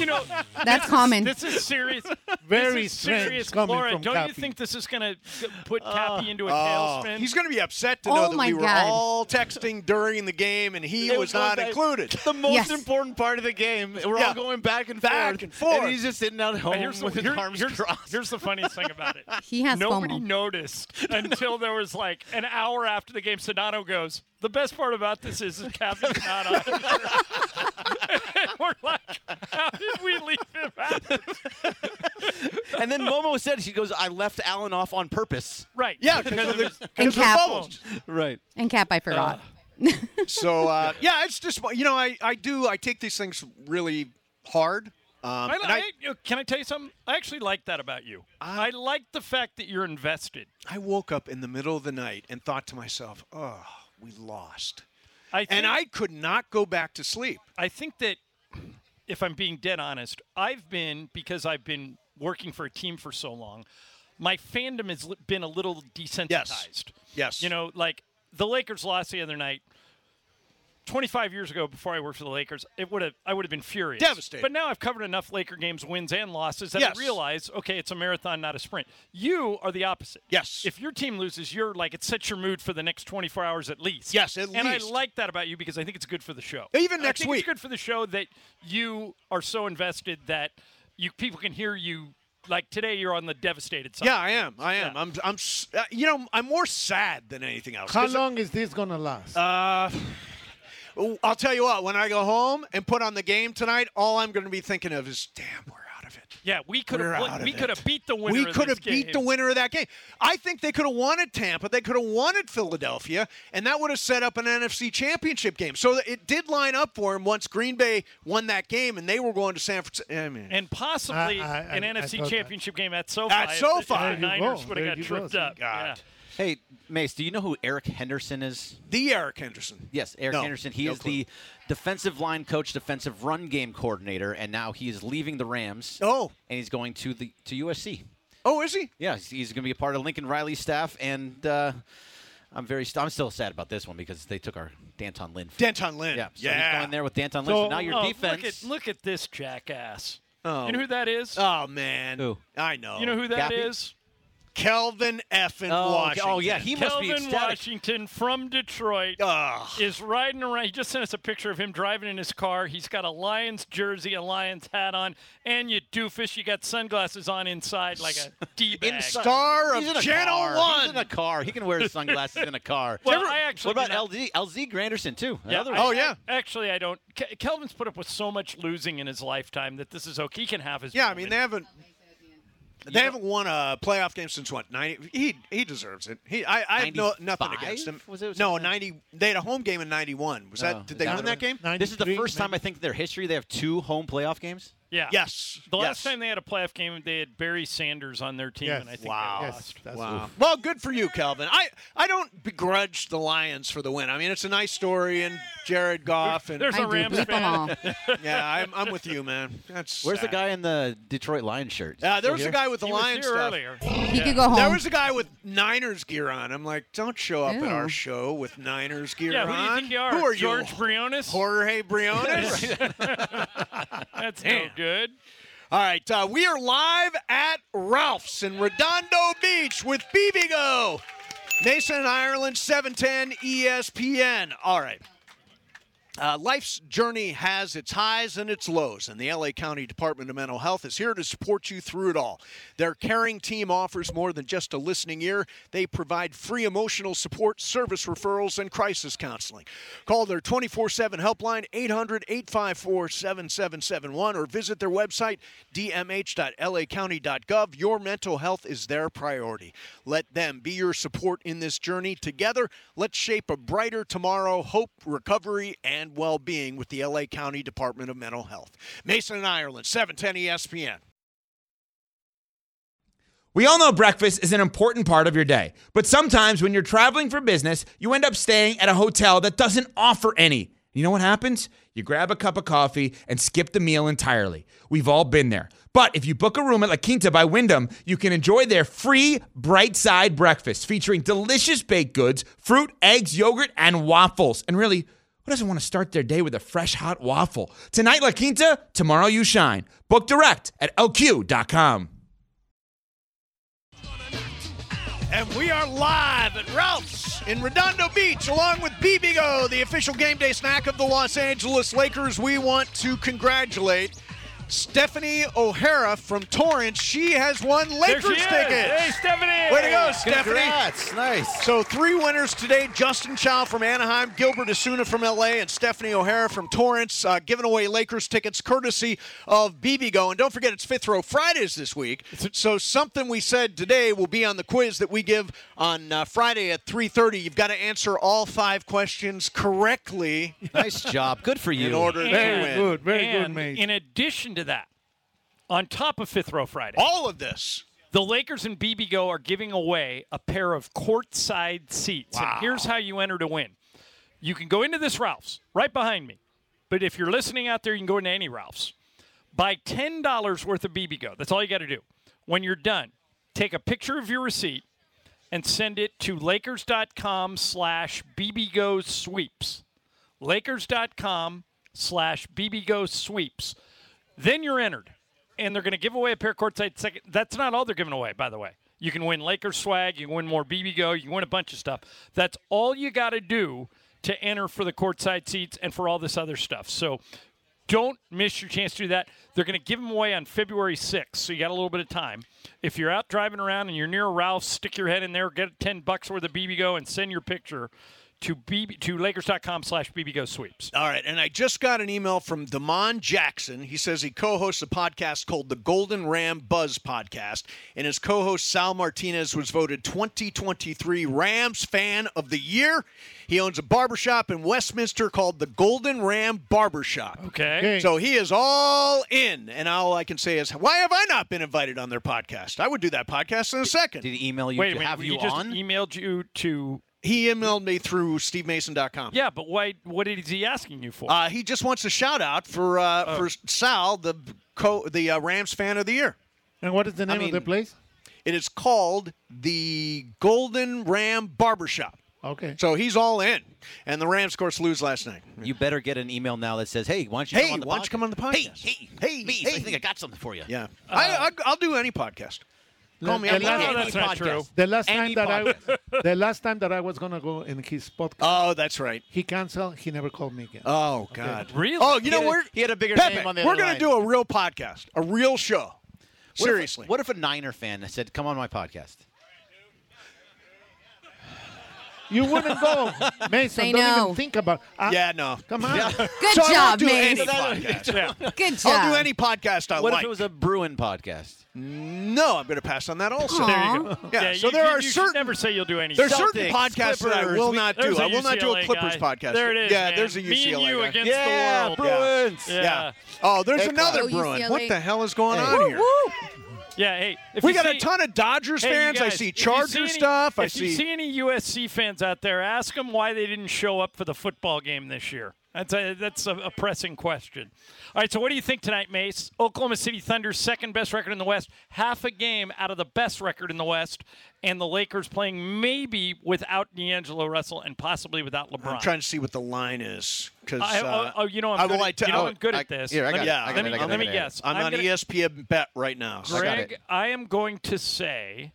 Speaker 2: You know,
Speaker 5: That's common.
Speaker 2: this is serious.
Speaker 4: Very
Speaker 2: this is
Speaker 4: strange
Speaker 2: serious.
Speaker 4: coming
Speaker 2: Laura,
Speaker 4: from
Speaker 2: don't you
Speaker 4: Cappy.
Speaker 2: think this is going to put
Speaker 1: Uh,
Speaker 2: Cappy into a
Speaker 3: Oh,
Speaker 2: tailspin?
Speaker 3: he's going to be upset to
Speaker 5: Oh
Speaker 3: know that
Speaker 5: my
Speaker 3: we were
Speaker 5: God.
Speaker 3: all texting during the game and he
Speaker 1: It
Speaker 3: was
Speaker 1: was going
Speaker 3: not
Speaker 1: back-
Speaker 3: included.
Speaker 1: the most
Speaker 5: Yes.
Speaker 1: important part of the game. We're
Speaker 3: Yeah.
Speaker 1: all going back and
Speaker 3: Back
Speaker 1: forth.
Speaker 3: and forth.
Speaker 1: he's just sitting out home
Speaker 2: And here's the,
Speaker 1: with his
Speaker 2: here-
Speaker 1: arms
Speaker 2: here's-
Speaker 1: crossed.
Speaker 2: here's the funniest thing about it.
Speaker 5: He has
Speaker 2: Nobody
Speaker 5: FOMO.
Speaker 2: noticed until there was like an hour after the game. Sonato goes, The best part about this is that Cappy's not on. And we're like, How did we leave him out?
Speaker 1: and then Momo said, she goes, I left Alan off on purpose.
Speaker 2: Right.
Speaker 3: Yeah, because of the, because of the
Speaker 5: cap.
Speaker 3: bubbles.
Speaker 1: Right.
Speaker 5: And Cap, I forgot.
Speaker 3: So uh, yeah, it's just you know I, I do I take these things really hard. Um,
Speaker 2: I,
Speaker 3: and I,
Speaker 2: I, you know, can I tell you something? I actually like that about you. I like the fact that you're invested.
Speaker 3: I woke up in the middle of the night and thought to myself, oh, we lost,
Speaker 2: I think,
Speaker 3: and I could not go back to sleep.
Speaker 2: I think that if I'm being dead honest, I've been because I've been working for a team for so long. My fandom has li- been a little desensitized.
Speaker 3: Yes.
Speaker 2: You know, like the Lakers lost the other night. 25 years ago, before I worked for the Lakers, it would have I would have been furious,
Speaker 3: Devastated.
Speaker 2: But now I've covered enough Laker games, wins and losses, that
Speaker 3: Yes.
Speaker 2: I realize, okay, it's a marathon, not a sprint. You are the opposite.
Speaker 3: Yes.
Speaker 2: If your team loses, you're like it sets your mood for the next 24 hours at least.
Speaker 3: Yes, at
Speaker 2: And I
Speaker 3: least.
Speaker 2: like that about you because I think it's good for the show.
Speaker 3: Even
Speaker 2: I
Speaker 3: next
Speaker 2: think
Speaker 3: week.
Speaker 2: it's good for the show that you are so invested that you people can hear you. Like today, you're on the devastated side.
Speaker 3: Yeah, I am. I am.
Speaker 2: Yeah.
Speaker 3: I'm. I'm. s- Uh, you know, I'm more sad than anything else.
Speaker 4: How
Speaker 3: 'Cause,
Speaker 4: long is this going to last?
Speaker 3: Uh, I'll tell you what. When I go home and put on the game tonight, all I'm going to be thinking of is, damn, we're out. out of it.
Speaker 2: Yeah, we could
Speaker 3: We're
Speaker 2: have
Speaker 3: out of
Speaker 2: we
Speaker 3: it.
Speaker 2: could have beat the winner.
Speaker 3: We
Speaker 2: of
Speaker 3: could
Speaker 2: this
Speaker 3: have beat the
Speaker 2: game.
Speaker 3: winner of that game. I think they could have wanted Tampa. They could have wanted Philadelphia, and that would have set up an NFC Championship game. So it did line up for him once Green Bay won that game, and they were going to San Francisco. I mean,
Speaker 2: and possibly
Speaker 4: I- I-
Speaker 2: an
Speaker 4: I- I thought
Speaker 2: NFC
Speaker 4: that.
Speaker 2: Championship game at SoFi.
Speaker 3: At
Speaker 2: if
Speaker 3: SoFi.
Speaker 2: the-
Speaker 3: There
Speaker 2: if
Speaker 3: you
Speaker 2: The Niners
Speaker 4: go.
Speaker 2: would have
Speaker 4: There
Speaker 2: got
Speaker 4: you go.
Speaker 2: tripped
Speaker 4: Thank
Speaker 2: up.
Speaker 3: God.
Speaker 1: Hey, Mace, do you know who Eric Henderson is?
Speaker 3: the Eric Henderson.
Speaker 1: Yes, Eric
Speaker 3: No,
Speaker 1: Henderson. He
Speaker 3: no
Speaker 1: is
Speaker 3: clue.
Speaker 1: the defensive line coach, defensive run game coordinator, and now he is leaving the Rams.
Speaker 3: Oh.
Speaker 1: and he's going to the to USC.
Speaker 3: Oh, is he?
Speaker 1: Yeah, he's, he's going to be a part of Lincoln Riley's staff, and uh, I'm very st- I'm still sad about this one because they took our Danton Lynn.
Speaker 3: Danton Lynn.
Speaker 1: yeah, so
Speaker 3: yeah.
Speaker 1: he's going there with Danton Lynn. So,
Speaker 4: So-
Speaker 1: now your
Speaker 2: Oh,
Speaker 1: defense.
Speaker 2: Look at, look at this jackass.
Speaker 3: Oh.
Speaker 2: You know who that is?
Speaker 3: Oh man.
Speaker 1: Who?
Speaker 3: I know.
Speaker 2: you know who that
Speaker 1: Gappy?
Speaker 2: is?
Speaker 3: Kelvin F. in
Speaker 1: oh, okay.
Speaker 3: Washington.
Speaker 1: oh yeah, he must be
Speaker 2: Kelvin
Speaker 1: ecstatic.
Speaker 2: Washington from Detroit
Speaker 3: Ugh.
Speaker 2: is riding around. He just sent us a picture of him driving in his car. He's got a Lions jersey, a Lions hat on, and you doofus, you got sunglasses on inside like a D bag.
Speaker 1: Inside.
Speaker 3: Star
Speaker 1: He's in
Speaker 3: of
Speaker 1: a
Speaker 3: Channel
Speaker 1: car.
Speaker 3: One.
Speaker 1: He's in a car. He can wear his sunglasses in a car.
Speaker 2: Well, I actually
Speaker 1: what
Speaker 2: do
Speaker 1: about LZ? LZ Granderson too. Another
Speaker 2: I-
Speaker 1: one.
Speaker 3: Oh, yeah.
Speaker 2: I- actually, I don't. Ke- Kelvin's put up with so much losing in his lifetime that this is okay. He can have his.
Speaker 3: yeah, I mean they
Speaker 2: moment.
Speaker 3: haven't. They haven't won a playoff game since what? Ninety. He he deserves it. He I, I have no nothing
Speaker 1: 95?
Speaker 3: against him.
Speaker 1: Was it
Speaker 3: no
Speaker 1: something like-
Speaker 3: ninety? They had a home game in ninety one. Was that?
Speaker 1: Oh,
Speaker 3: did they
Speaker 1: yeah.
Speaker 3: win that game?
Speaker 1: This is the
Speaker 4: 93,
Speaker 1: first time I
Speaker 4: maybe.
Speaker 1: think in their history they have two home playoff games.
Speaker 2: Yeah.
Speaker 3: Yes.
Speaker 2: The last
Speaker 3: yes.
Speaker 2: time they had a playoff game, they had Barry Sanders on their team,
Speaker 4: Yes.
Speaker 2: and I think
Speaker 3: Wow.
Speaker 2: they
Speaker 4: Yes,
Speaker 2: lost.
Speaker 4: that's
Speaker 3: Wow. Well, good for you, Calvin. I, I don't begrudge the Lions for the win. I mean, it's a nice story and Jared Goff and
Speaker 2: There's
Speaker 5: I
Speaker 2: a
Speaker 5: do
Speaker 2: Rams
Speaker 5: bleep them
Speaker 2: fan.
Speaker 5: all.
Speaker 3: yeah, I'm, I'm with you, man. That's
Speaker 1: Where's the
Speaker 3: sad.
Speaker 1: guy in the Detroit Lions shirt?
Speaker 3: Uh, there
Speaker 1: Still
Speaker 3: was a
Speaker 1: here?
Speaker 3: guy with the
Speaker 2: He was
Speaker 3: Lions
Speaker 2: here
Speaker 3: stuff.
Speaker 2: earlier.
Speaker 5: He could go home.
Speaker 3: There was a guy with Niners gear on. I'm like, don't show up at our
Speaker 5: Ew.
Speaker 3: show with Niners gear
Speaker 2: Yeah,
Speaker 3: on.
Speaker 2: who do you think you are?
Speaker 3: Who are
Speaker 2: George
Speaker 3: you?
Speaker 2: Briones?
Speaker 3: Jorge Briones.
Speaker 2: That's no good.
Speaker 3: All right, uh, we are live at Ralph's in Redondo Beach with Bibigo, Mason in Ireland, E 710 ESPN. All right. Uh, life's journey has its highs and its lows, and the LA County Department of Mental Health is here to support you through it all. Their caring team offers more than just a listening ear, they provide free emotional support, service referrals, and crisis counseling. Call their 24 7 helpline, 800 854 7771, or visit their website, dmh.lacounty.gov. Your mental health is their priority. Let them be your support in this journey. Together, let's shape a brighter tomorrow, hope, recovery, and well being with the LA County Department of Mental Health. E Mason in Ireland, 710 ESPN.
Speaker 9: We all know breakfast is an important part of your day, but sometimes when you're traveling for business, you end up staying at a hotel that doesn't offer any. You know what happens? You grab a cup of coffee and skip the meal entirely. We've all been there. But if you book a room at La Quinta by Wyndham, you can enjoy their free bright side breakfast featuring delicious baked goods, fruit, eggs, yogurt, and waffles. And really, who doesn't want to start their day with a fresh hot waffle? Tonight, La Quinta, tomorrow, you shine. Book direct at lq.com.
Speaker 3: And we are live at Ralph's in Redondo Beach, along with BBGO, the official game day snack of the Los Angeles Lakers. We want to congratulate Stephanie O'Hara from Torrance. She has won
Speaker 2: There
Speaker 3: Lakers
Speaker 2: she
Speaker 3: tickets.
Speaker 2: is. Hey, Stephanie.
Speaker 3: Way to go, Stephanie.
Speaker 10: Congrats. Nice.
Speaker 3: So three winners today: Justin Chow from Anaheim, Gilbert Asuna from LA, and Stephanie O'Hara from Torrance. Uh, giving away Lakers tickets courtesy of BBGO. And don't forget, it's Fifth Row Fridays this week. So something we said today will be on the quiz that we give on uh, Friday at 3:30. You've got to answer all five questions correctly
Speaker 1: nice job. Good for you.
Speaker 3: in order to
Speaker 2: Very
Speaker 3: win.
Speaker 4: good, very
Speaker 2: and
Speaker 4: good, mate.
Speaker 2: in addition to that, on top of Fifth Row Friday,
Speaker 3: All of this.
Speaker 2: the Lakers and BBGO are giving away a pair of courtside seats. And here's how you enter to win. You can go into this Ralph's right behind me. But if you're listening out there, you can go into any Ralph's. Buy $10 worth of BBGO. That's all you got to do. When you're done, take a picture of your receipt and send it to lakers.com slash BBGO sweeps. Lakers.com slash BBGO sweeps. Then you're entered, and they're going to give away a pair of courtside second. That's not all they're giving away, by the way. You can win Lakers swag, you can win more BB Go, you can win a bunch of stuff. That's all you got to do to enter for the courtside seats and for all this other stuff. So don't miss your chance to do that. They're going to give them away on February 6th, so you got a little bit of time. If you're out driving around and you're near Ralph's, stick your head in there, get 10 bucks worth of BB Go, and send your picture to BB, to Lakers.com slash BBGo sweeps.
Speaker 3: All right, and I just got an email from Damon Jackson. He says he co-hosts a podcast called the Golden Ram Buzz Podcast, and his co-host Sal Martinez was voted 2023 Rams Fan of the Year. He owns a barbershop in Westminster called the Golden Ram Barbershop.
Speaker 2: Okay.
Speaker 4: Okay.
Speaker 3: So he is all in, and all I can say is, why have I not been invited on their podcast? I would do that podcast in a second. Did
Speaker 1: he email
Speaker 2: Wait a minute, he just emailed you to.
Speaker 3: He emailed me through stevemason.com.
Speaker 2: Yeah, but why? What is he asking you for?
Speaker 3: Uh, he just wants a shout out for uh, for Sal, the co- the uh, Rams fan of the year.
Speaker 4: And what is the name of the place?
Speaker 3: It is called the Golden Ram Barbershop.
Speaker 4: Okay.
Speaker 3: So he's all in, and the Rams, of course, lose last night.
Speaker 1: You better get an email now that says, "Hey, why don't you
Speaker 3: Hey,
Speaker 1: come on the
Speaker 3: why don't you come on the podcast?
Speaker 1: Hey,
Speaker 3: hey, hey,
Speaker 1: Mees, I
Speaker 3: hey.
Speaker 1: think I got something for you.
Speaker 3: Yeah, I, I, I'll do any podcast. Call me.
Speaker 4: Uh, The
Speaker 3: up.
Speaker 4: last-
Speaker 1: No, that's not true.
Speaker 4: The last
Speaker 1: Any
Speaker 4: time that I, the last time that I was gonna go in his podcast.
Speaker 3: Oh, that's right.
Speaker 4: He canceled. He never called me again.
Speaker 3: Oh
Speaker 4: Okay.
Speaker 3: God.
Speaker 2: Really?
Speaker 3: Oh, you know
Speaker 1: He had a-
Speaker 3: we're
Speaker 1: he had a bigger
Speaker 3: Pepe,
Speaker 1: name on the
Speaker 3: We're
Speaker 1: other
Speaker 3: gonna
Speaker 1: line.
Speaker 3: do a real podcast, a real show.
Speaker 1: What if-
Speaker 3: Seriously.
Speaker 1: what if a Niner fan said, "Come on my podcast"?
Speaker 4: You wouldn't go, Mason.
Speaker 5: They
Speaker 4: don't
Speaker 5: know.
Speaker 4: even think about. I-
Speaker 3: yeah, no.
Speaker 4: Come on.
Speaker 5: Good
Speaker 3: so I
Speaker 5: job,
Speaker 3: won't do
Speaker 5: Mace.
Speaker 3: any podcast.
Speaker 5: Good job.
Speaker 3: I'll do any podcast I
Speaker 1: What
Speaker 3: like.
Speaker 1: if it was a Bruin podcast?
Speaker 3: no, I'm going to pass on that also.
Speaker 5: There you go.
Speaker 3: Yeah,
Speaker 2: Yeah,
Speaker 3: so
Speaker 2: you-
Speaker 3: there
Speaker 2: you-
Speaker 3: are
Speaker 2: you should
Speaker 3: certain
Speaker 2: never say you'll do anything.
Speaker 3: there's certain
Speaker 1: Celtics,
Speaker 3: podcasts that I
Speaker 1: Clippers,
Speaker 3: will
Speaker 1: we-
Speaker 3: not
Speaker 2: There's
Speaker 3: do. I
Speaker 2: a
Speaker 3: will not do a
Speaker 2: UCLA
Speaker 3: Clippers
Speaker 2: guy.
Speaker 3: podcast.
Speaker 2: There it is.
Speaker 3: Yeah,
Speaker 2: man.
Speaker 3: there's a UCLA
Speaker 2: Me and you
Speaker 3: guy.
Speaker 2: against
Speaker 1: Yeah,
Speaker 2: the world.
Speaker 1: Bruins.
Speaker 2: Yeah.
Speaker 3: Yeah. Oh, there's
Speaker 1: Hey,
Speaker 3: another
Speaker 5: Go
Speaker 3: Bruin. What
Speaker 5: UCLA.
Speaker 3: the hell is going
Speaker 1: Hey.
Speaker 3: on here?
Speaker 2: Yeah, hey, if
Speaker 3: We
Speaker 2: you
Speaker 3: got
Speaker 2: see-
Speaker 3: a ton of Dodgers
Speaker 2: Hey, you
Speaker 3: fans. I
Speaker 2: guys,
Speaker 3: see
Speaker 2: if you see
Speaker 3: Charger
Speaker 2: any-
Speaker 3: stuff. I
Speaker 2: if you see any USC fans out there, ask them why they didn't show up for the football game this year. That's a that's a, a pressing question. All right, so what do you think tonight, Mace? Oklahoma City Thunder's second best record in the West, half a game out of the best record in the West, and the Lakers playing maybe without D'Angelo Russell and possibly without LeBron.
Speaker 3: I'm trying to see what the line is because
Speaker 2: I- oh, oh, you know I'm
Speaker 3: I
Speaker 2: good
Speaker 3: would
Speaker 2: at-
Speaker 3: like to.
Speaker 2: you know
Speaker 3: I-
Speaker 2: I'm good at
Speaker 1: I-
Speaker 2: this.
Speaker 1: here, I
Speaker 2: Let
Speaker 1: got
Speaker 2: me-
Speaker 1: it. I got
Speaker 2: let
Speaker 1: it,
Speaker 2: me-
Speaker 1: I got it,
Speaker 2: let
Speaker 1: I
Speaker 2: me
Speaker 1: got it.
Speaker 2: guess.
Speaker 3: I'm, on E
Speaker 2: gonna-
Speaker 3: ESPN bet right now. So
Speaker 1: got
Speaker 2: Greg, I am going to say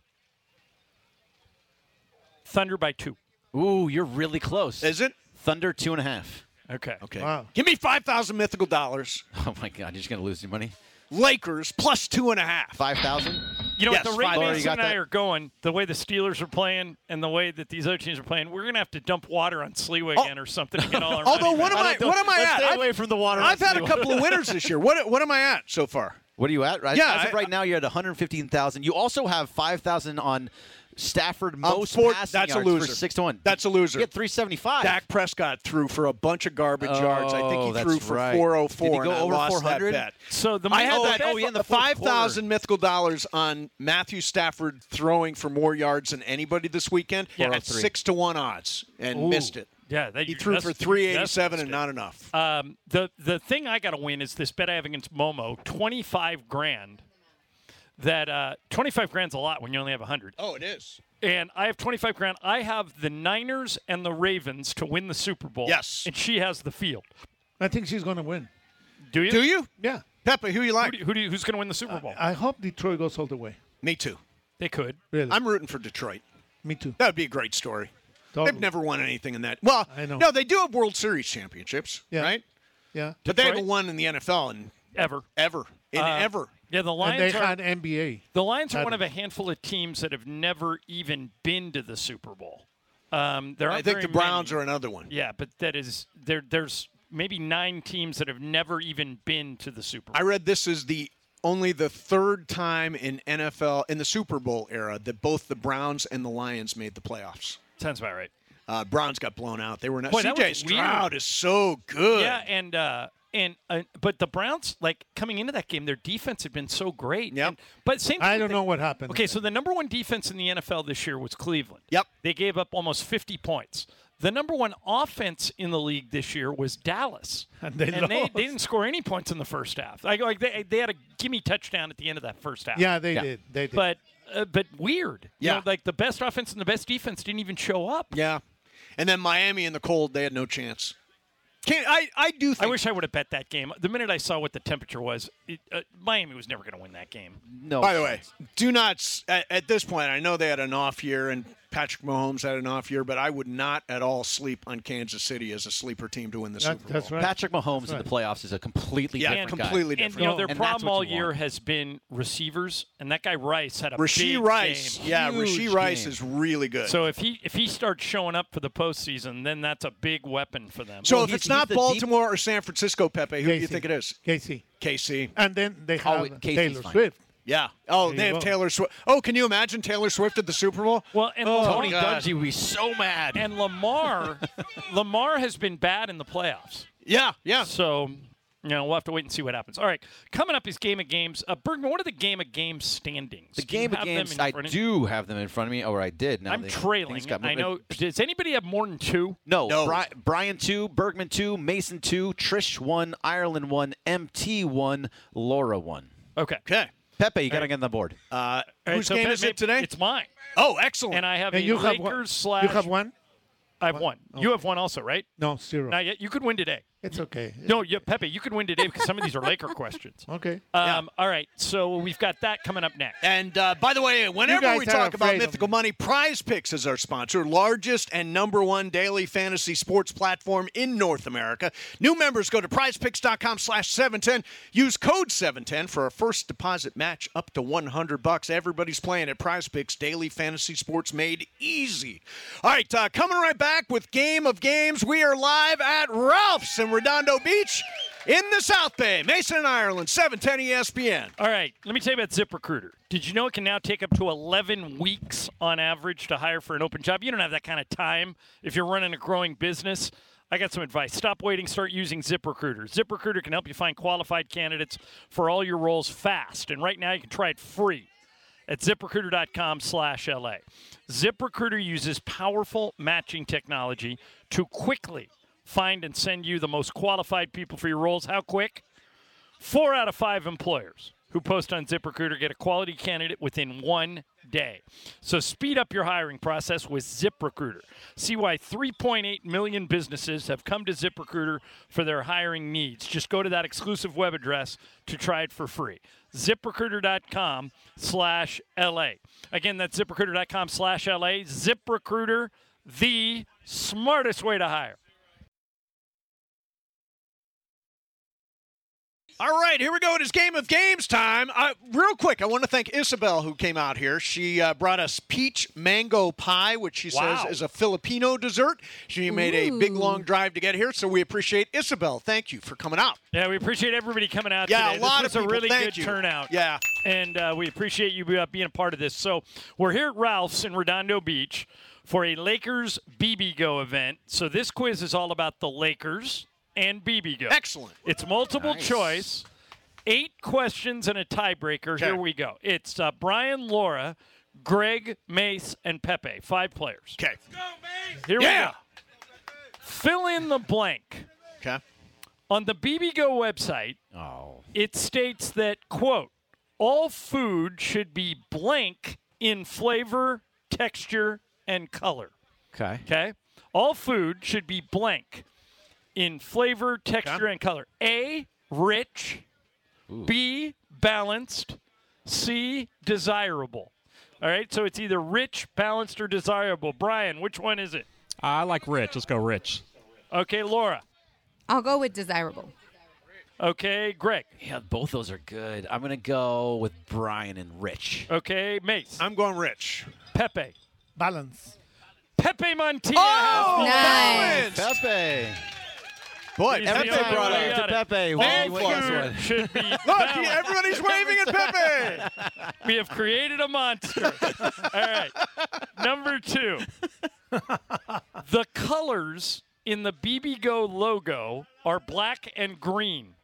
Speaker 2: Thunder by two.
Speaker 1: Ooh, you're really close.
Speaker 3: Is it?
Speaker 1: Thunder two and a half?
Speaker 2: Okay.
Speaker 3: Okay.
Speaker 4: Wow.
Speaker 3: Give me five thousand mythical dollars.
Speaker 1: Oh my God, you're just gonna lose your money.
Speaker 3: Lakers plus two and a half.
Speaker 1: Five thousand.
Speaker 2: You know,
Speaker 3: Yes,
Speaker 2: what the rate
Speaker 3: five. Laura, you
Speaker 2: Mason
Speaker 1: got
Speaker 2: and I
Speaker 1: that?
Speaker 2: are going, the way the Steelers are playing and the way that these other teams are playing, we're gonna have to dump water on Sleeway again or something to get all our
Speaker 3: Oh. Although
Speaker 2: money
Speaker 3: what am
Speaker 2: back.
Speaker 3: I? What am I
Speaker 1: Let's
Speaker 3: at?
Speaker 1: stay
Speaker 3: I've-
Speaker 1: away from the water.
Speaker 3: I've had a
Speaker 1: Let's
Speaker 3: couple of winners this year. What what am I at so far?
Speaker 1: What are you at? Right?
Speaker 3: Yeah,
Speaker 1: As of
Speaker 3: I-
Speaker 1: right now, you're at 115,000. You also have 5,000 on Stafford
Speaker 3: On
Speaker 1: most
Speaker 3: four-
Speaker 1: passing
Speaker 3: that's a
Speaker 1: yards
Speaker 3: loser.
Speaker 1: for six to one.
Speaker 3: That's a loser.
Speaker 1: You get 375.
Speaker 3: Dak Prescott threw for a bunch of garbage
Speaker 1: Oh,
Speaker 3: yards. I think he
Speaker 1: that's
Speaker 3: threw for
Speaker 1: right.
Speaker 3: 404.
Speaker 1: Did he go
Speaker 3: and I
Speaker 1: over
Speaker 3: lost
Speaker 1: 400?
Speaker 3: That bet.
Speaker 2: So the
Speaker 3: I had
Speaker 2: oh,
Speaker 3: that.
Speaker 2: that's-
Speaker 1: oh, yeah, in the fourth
Speaker 3: five
Speaker 1: quarter.
Speaker 3: thousand mythical dollars on Matthew Stafford throwing for more yards than anybody this weekend
Speaker 2: Yeah.
Speaker 3: at six to one odds and missed it.
Speaker 2: Yeah, that,
Speaker 3: He threw
Speaker 2: that's-
Speaker 3: for
Speaker 2: that's
Speaker 3: 387 and
Speaker 2: mistake.
Speaker 3: not enough.
Speaker 2: Um, the the thing I got to win is this bet I have against Momo, twenty five grand. That uh, twenty five grand's a lot when you only have hundred.
Speaker 3: Oh, it is.
Speaker 2: and I have 25 grand. I have the Niners and the Ravens to win the Super Bowl.
Speaker 3: Yes.
Speaker 2: And she has the field.
Speaker 4: I think she's gonna win.
Speaker 2: Do you?
Speaker 3: Do you,
Speaker 4: Yeah.
Speaker 3: Pepe? Who you like?
Speaker 2: Who do you, who do you who's going to win the Super Bowl?
Speaker 4: I hope Detroit goes all the way.
Speaker 3: Me too.
Speaker 2: they could.
Speaker 4: Really.
Speaker 3: I'm rooting for Detroit.
Speaker 4: Me too.
Speaker 3: That would be a great story.
Speaker 4: Totally.
Speaker 3: They've never won anything in that. Well,
Speaker 4: I know.
Speaker 3: no, they do have World Series championships,
Speaker 4: Yeah.
Speaker 3: right?
Speaker 4: Yeah.
Speaker 3: But they
Speaker 2: Detroit?
Speaker 3: haven't won in the NFL in
Speaker 2: Ever. Uh,
Speaker 3: ever, in ever.
Speaker 2: Yeah, the
Speaker 4: And they
Speaker 2: Lions are
Speaker 4: had NBA.
Speaker 2: the Lions are
Speaker 4: had
Speaker 2: one of
Speaker 4: it.
Speaker 2: a handful of teams that have never even been to the Super Bowl. Um, there
Speaker 3: I
Speaker 2: aren't
Speaker 3: think
Speaker 2: very
Speaker 3: the Browns
Speaker 2: many.
Speaker 3: are another one.
Speaker 2: Yeah, but that is there. There's maybe nine teams that have never even been to the Super Bowl.
Speaker 3: I read this is the only the third time in NFL in the Super Bowl era that both the Browns and the Lions made the playoffs.
Speaker 2: Sounds about right.
Speaker 3: Uh, Browns got blown out. They were not.
Speaker 2: Boy, that
Speaker 3: CJ
Speaker 2: was weird.
Speaker 3: Stroud is so good.
Speaker 2: Yeah, and uh, and uh, but the Browns like coming into that game, their defense had been so great.
Speaker 3: Yep.
Speaker 2: And, but same.
Speaker 4: I
Speaker 2: thing-
Speaker 4: don't know what happened.
Speaker 2: Okay, so the number one defense in the NFL this year was Cleveland.
Speaker 3: Yep.
Speaker 2: They gave up almost 50 points. The number one offense in the league this year was Dallas,
Speaker 4: And they
Speaker 2: they,
Speaker 4: lost.
Speaker 2: didn't score any points in the first half. Like, like they, they had a gimme touchdown at the end of that first half.
Speaker 4: Yeah, they did. They did.
Speaker 2: But uh, but weird. You
Speaker 3: Yeah.
Speaker 2: know, like the best offense and the best defense didn't even show up.
Speaker 3: yeah. And then Miami in the cold, they had no chance. Can't I? I do. Think
Speaker 2: I wish I would have bet that game. The minute I saw what the temperature was, it, uh, Miami was never going to win that game.
Speaker 1: no.
Speaker 3: By the way, do not s- at, at this point. I know they had an off year, and Patrick Mahomes had an off year, but I would not at all sleep on Kansas City as a sleeper team to win the Super Bowl.
Speaker 1: Patrick Mahomes in the playoffs is a completely
Speaker 3: Yeah,
Speaker 1: different
Speaker 3: completely
Speaker 1: guy.
Speaker 3: different.
Speaker 2: You know, their
Speaker 1: And that's
Speaker 2: problem
Speaker 1: what
Speaker 2: all
Speaker 1: you want.
Speaker 2: year has been receivers, and that guy Rice had a
Speaker 3: Rasheed
Speaker 2: big
Speaker 3: Rice.
Speaker 2: game.
Speaker 3: Yeah,
Speaker 2: Huge
Speaker 3: Rasheed Rice
Speaker 2: game.
Speaker 3: is really good.
Speaker 2: So if he if he starts showing up for the postseason, then that's a big weapon for them.
Speaker 3: So if it's not Baltimore or San Francisco, Pepe, who do you
Speaker 2: KC.
Speaker 3: think it is?
Speaker 4: KC.
Speaker 3: KC.
Speaker 4: And then they
Speaker 1: Oh,
Speaker 4: have
Speaker 3: it- KC 's
Speaker 4: Taylor
Speaker 3: fine.
Speaker 4: Swift.
Speaker 3: Yeah. Oh,
Speaker 4: There
Speaker 3: they
Speaker 4: you
Speaker 3: have
Speaker 4: go.
Speaker 3: Taylor Swift. Oh, can you imagine Taylor Swift at the Super Bowl?
Speaker 2: Well, and
Speaker 3: oh,
Speaker 2: Tony
Speaker 3: God.
Speaker 2: Dungy
Speaker 1: would be so mad.
Speaker 2: And Lamar, Lamar has been bad in the playoffs.
Speaker 3: Yeah, yeah.
Speaker 2: So, you know, we'll have to wait and see what happens. All right, coming up is game of games. Uh, Bergman, what are the game of games standings?
Speaker 1: The game of games, I do have them in front of me, or I did. Now
Speaker 2: I'm
Speaker 1: they-
Speaker 2: trailing.
Speaker 1: things got
Speaker 2: I
Speaker 1: moved.
Speaker 2: know. Does anybody have more than two?
Speaker 1: No, Bri- Brian two, Bergman two, Mason two, Trish one, Ireland one, MT one, Laura one.
Speaker 2: Okay.
Speaker 3: Okay.
Speaker 1: Pepe, you got to get on the board.
Speaker 3: Uh,
Speaker 2: All right, so Pat, maybe It's mine.
Speaker 3: Oh, excellent.
Speaker 2: And I have
Speaker 1: And
Speaker 2: the
Speaker 1: you have
Speaker 2: Lakers
Speaker 1: one-
Speaker 2: slash.
Speaker 1: you have
Speaker 4: one.
Speaker 2: I have one. You have one also, right?
Speaker 4: No, zero.
Speaker 2: Not yet. You could win today.
Speaker 4: It's okay.
Speaker 2: No, yeah, Pepe, you could win today because some of these are Laker questions.
Speaker 4: Okay.
Speaker 2: Um, All right, so we've got that coming up next.
Speaker 3: And uh, by the way, whenever
Speaker 2: guys
Speaker 3: we
Speaker 2: are
Speaker 3: talk about
Speaker 2: afraid of
Speaker 3: mythical money, Prize Picks is our sponsor, largest and number one daily fantasy sports platform in North America. New members go to prizepicks.com slash 710. Use code 710 for a first deposit match up to 100 bucks. Everybody's playing at Prize Picks Daily Fantasy Sports made easy. All right, uh, coming right back with Game of Games. We are live at Ralph's in Redondo Beach in the South Bay. Mason and Ireland, E 710 ESPN.
Speaker 2: All right, let me tell you about ZipRecruiter. Did you know it can now take up to 11 weeks on average to hire for an open job? You don't have that kind of time if you're running a growing business. I got some advice. Stop waiting. Start using ZipRecruiter. ZipRecruiter can help you find qualified candidates for all your roles fast. And right now, you can try it free at ziprecruiter.com slash LA. ZipRecruiter uses powerful matching technology to quickly find and send you the most qualified people for your roles. How quick? Four out of five employers who post on ZipRecruiter get a quality candidate within one day. So speed up your hiring process with ZipRecruiter. See why 3.8 million businesses have come to ZipRecruiter for their hiring needs. Just go to that exclusive web address to try it for free. ZipRecruiter.com slash LA. Again, that's ZipRecruiter.com slash LA. ZipRecruiter, the smartest way to hire.
Speaker 3: All right, here we go. It is game of games time. Uh, real quick, I want to thank Isabel who came out here. She uh, brought us peach mango pie, which she
Speaker 2: Wow.
Speaker 3: says is a Filipino dessert. She made a big long drive to get here, so we appreciate Isabel. Thank you for coming out.
Speaker 2: Yeah, we appreciate everybody coming out.
Speaker 3: Yeah,
Speaker 2: today.
Speaker 3: a lot
Speaker 2: this was
Speaker 3: of
Speaker 2: a
Speaker 3: people.
Speaker 2: really
Speaker 3: Thank
Speaker 2: good
Speaker 3: you.
Speaker 2: turnout.
Speaker 3: Yeah,
Speaker 2: and uh, we appreciate you uh, being a part of this. So we're here at Ralph's in Redondo Beach for a Lakers BB Go event. So this quiz is all about the Lakers and BB Go.
Speaker 3: Excellent.
Speaker 2: It's multiple
Speaker 3: Nice.
Speaker 2: choice. Eight questions and a tiebreaker. Here we go. It's uh, Brian, Laura, Greg, Mace, and Pepe. Five players.
Speaker 3: Okay.
Speaker 2: Here
Speaker 3: Yeah.
Speaker 2: we go. Fill in the blank.
Speaker 3: Okay.
Speaker 2: On the BB Go website, it states that, quote, all food should be blank in flavor, texture, and color.
Speaker 1: Okay.
Speaker 2: Okay? All food should be blank in flavor, texture, and color. A, rich. B, balanced. C, desirable. All right, so it's either rich, balanced, or desirable. Brian, which one is it?
Speaker 7: I like Rich. Let's go Rich.
Speaker 2: Okay, Laura.
Speaker 5: I'll go with desirable.
Speaker 2: Okay, Greg.
Speaker 1: Yeah, both those are good. I'm gonna go with Brian and Rich.
Speaker 2: Okay, Mace.
Speaker 3: I'm going Rich.
Speaker 2: Pepe.
Speaker 4: Balance.
Speaker 2: Pepe Montilla.
Speaker 3: Oh,
Speaker 2: has the ball.
Speaker 1: Pepe.
Speaker 3: Boy,
Speaker 2: He's the
Speaker 3: Pepe
Speaker 2: only
Speaker 3: brought
Speaker 2: way
Speaker 3: it.
Speaker 2: out of it.
Speaker 1: Pepe.
Speaker 2: All
Speaker 1: Well, he wins
Speaker 2: food
Speaker 1: one.
Speaker 2: should be
Speaker 3: Look,
Speaker 2: balanced.
Speaker 3: everybody's waving at Pepe.
Speaker 2: We have created a monster. All right. Number two. The colors in the BB Go logo are black and green.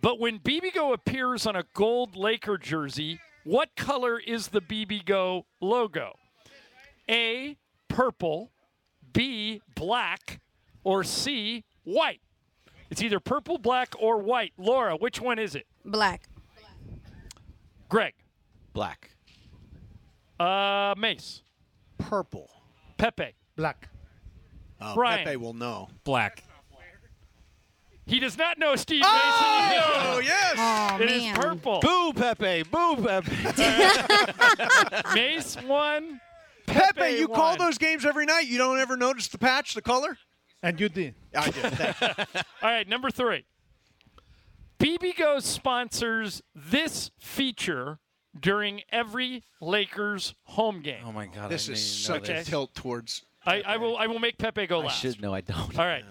Speaker 2: But when BB Go appears on a gold Laker jersey, what color is the BB Go logo? A, purple, B, black, or C, white? It's either purple, black, or white. Laura, which one is it?
Speaker 5: Black.
Speaker 2: Greg.
Speaker 1: Black.
Speaker 2: Uh, Mace.
Speaker 3: Purple.
Speaker 2: Pepe.
Speaker 4: Black.
Speaker 3: Oh,
Speaker 2: Brian.
Speaker 3: Pepe will know.
Speaker 7: Black.
Speaker 2: He does not know Steve
Speaker 3: Oh,
Speaker 2: Mason.
Speaker 3: yes.
Speaker 5: Oh
Speaker 2: It is
Speaker 5: man.
Speaker 2: purple.
Speaker 1: Boo, Pepe. Boo, Pepe.
Speaker 2: Mace one.
Speaker 3: Pepe, you call those games every night. You don't ever notice the patch, the color?
Speaker 4: And you did.
Speaker 3: I did. Thank you.
Speaker 2: All right, number three. BB Go sponsors this feature during every Lakers home game. Oh
Speaker 1: my god,
Speaker 3: This is such a tilt towards.
Speaker 2: I, I will. I will make Pepe go
Speaker 1: I
Speaker 2: last.
Speaker 1: should know I
Speaker 4: Oh,
Speaker 1: don't.
Speaker 2: All right.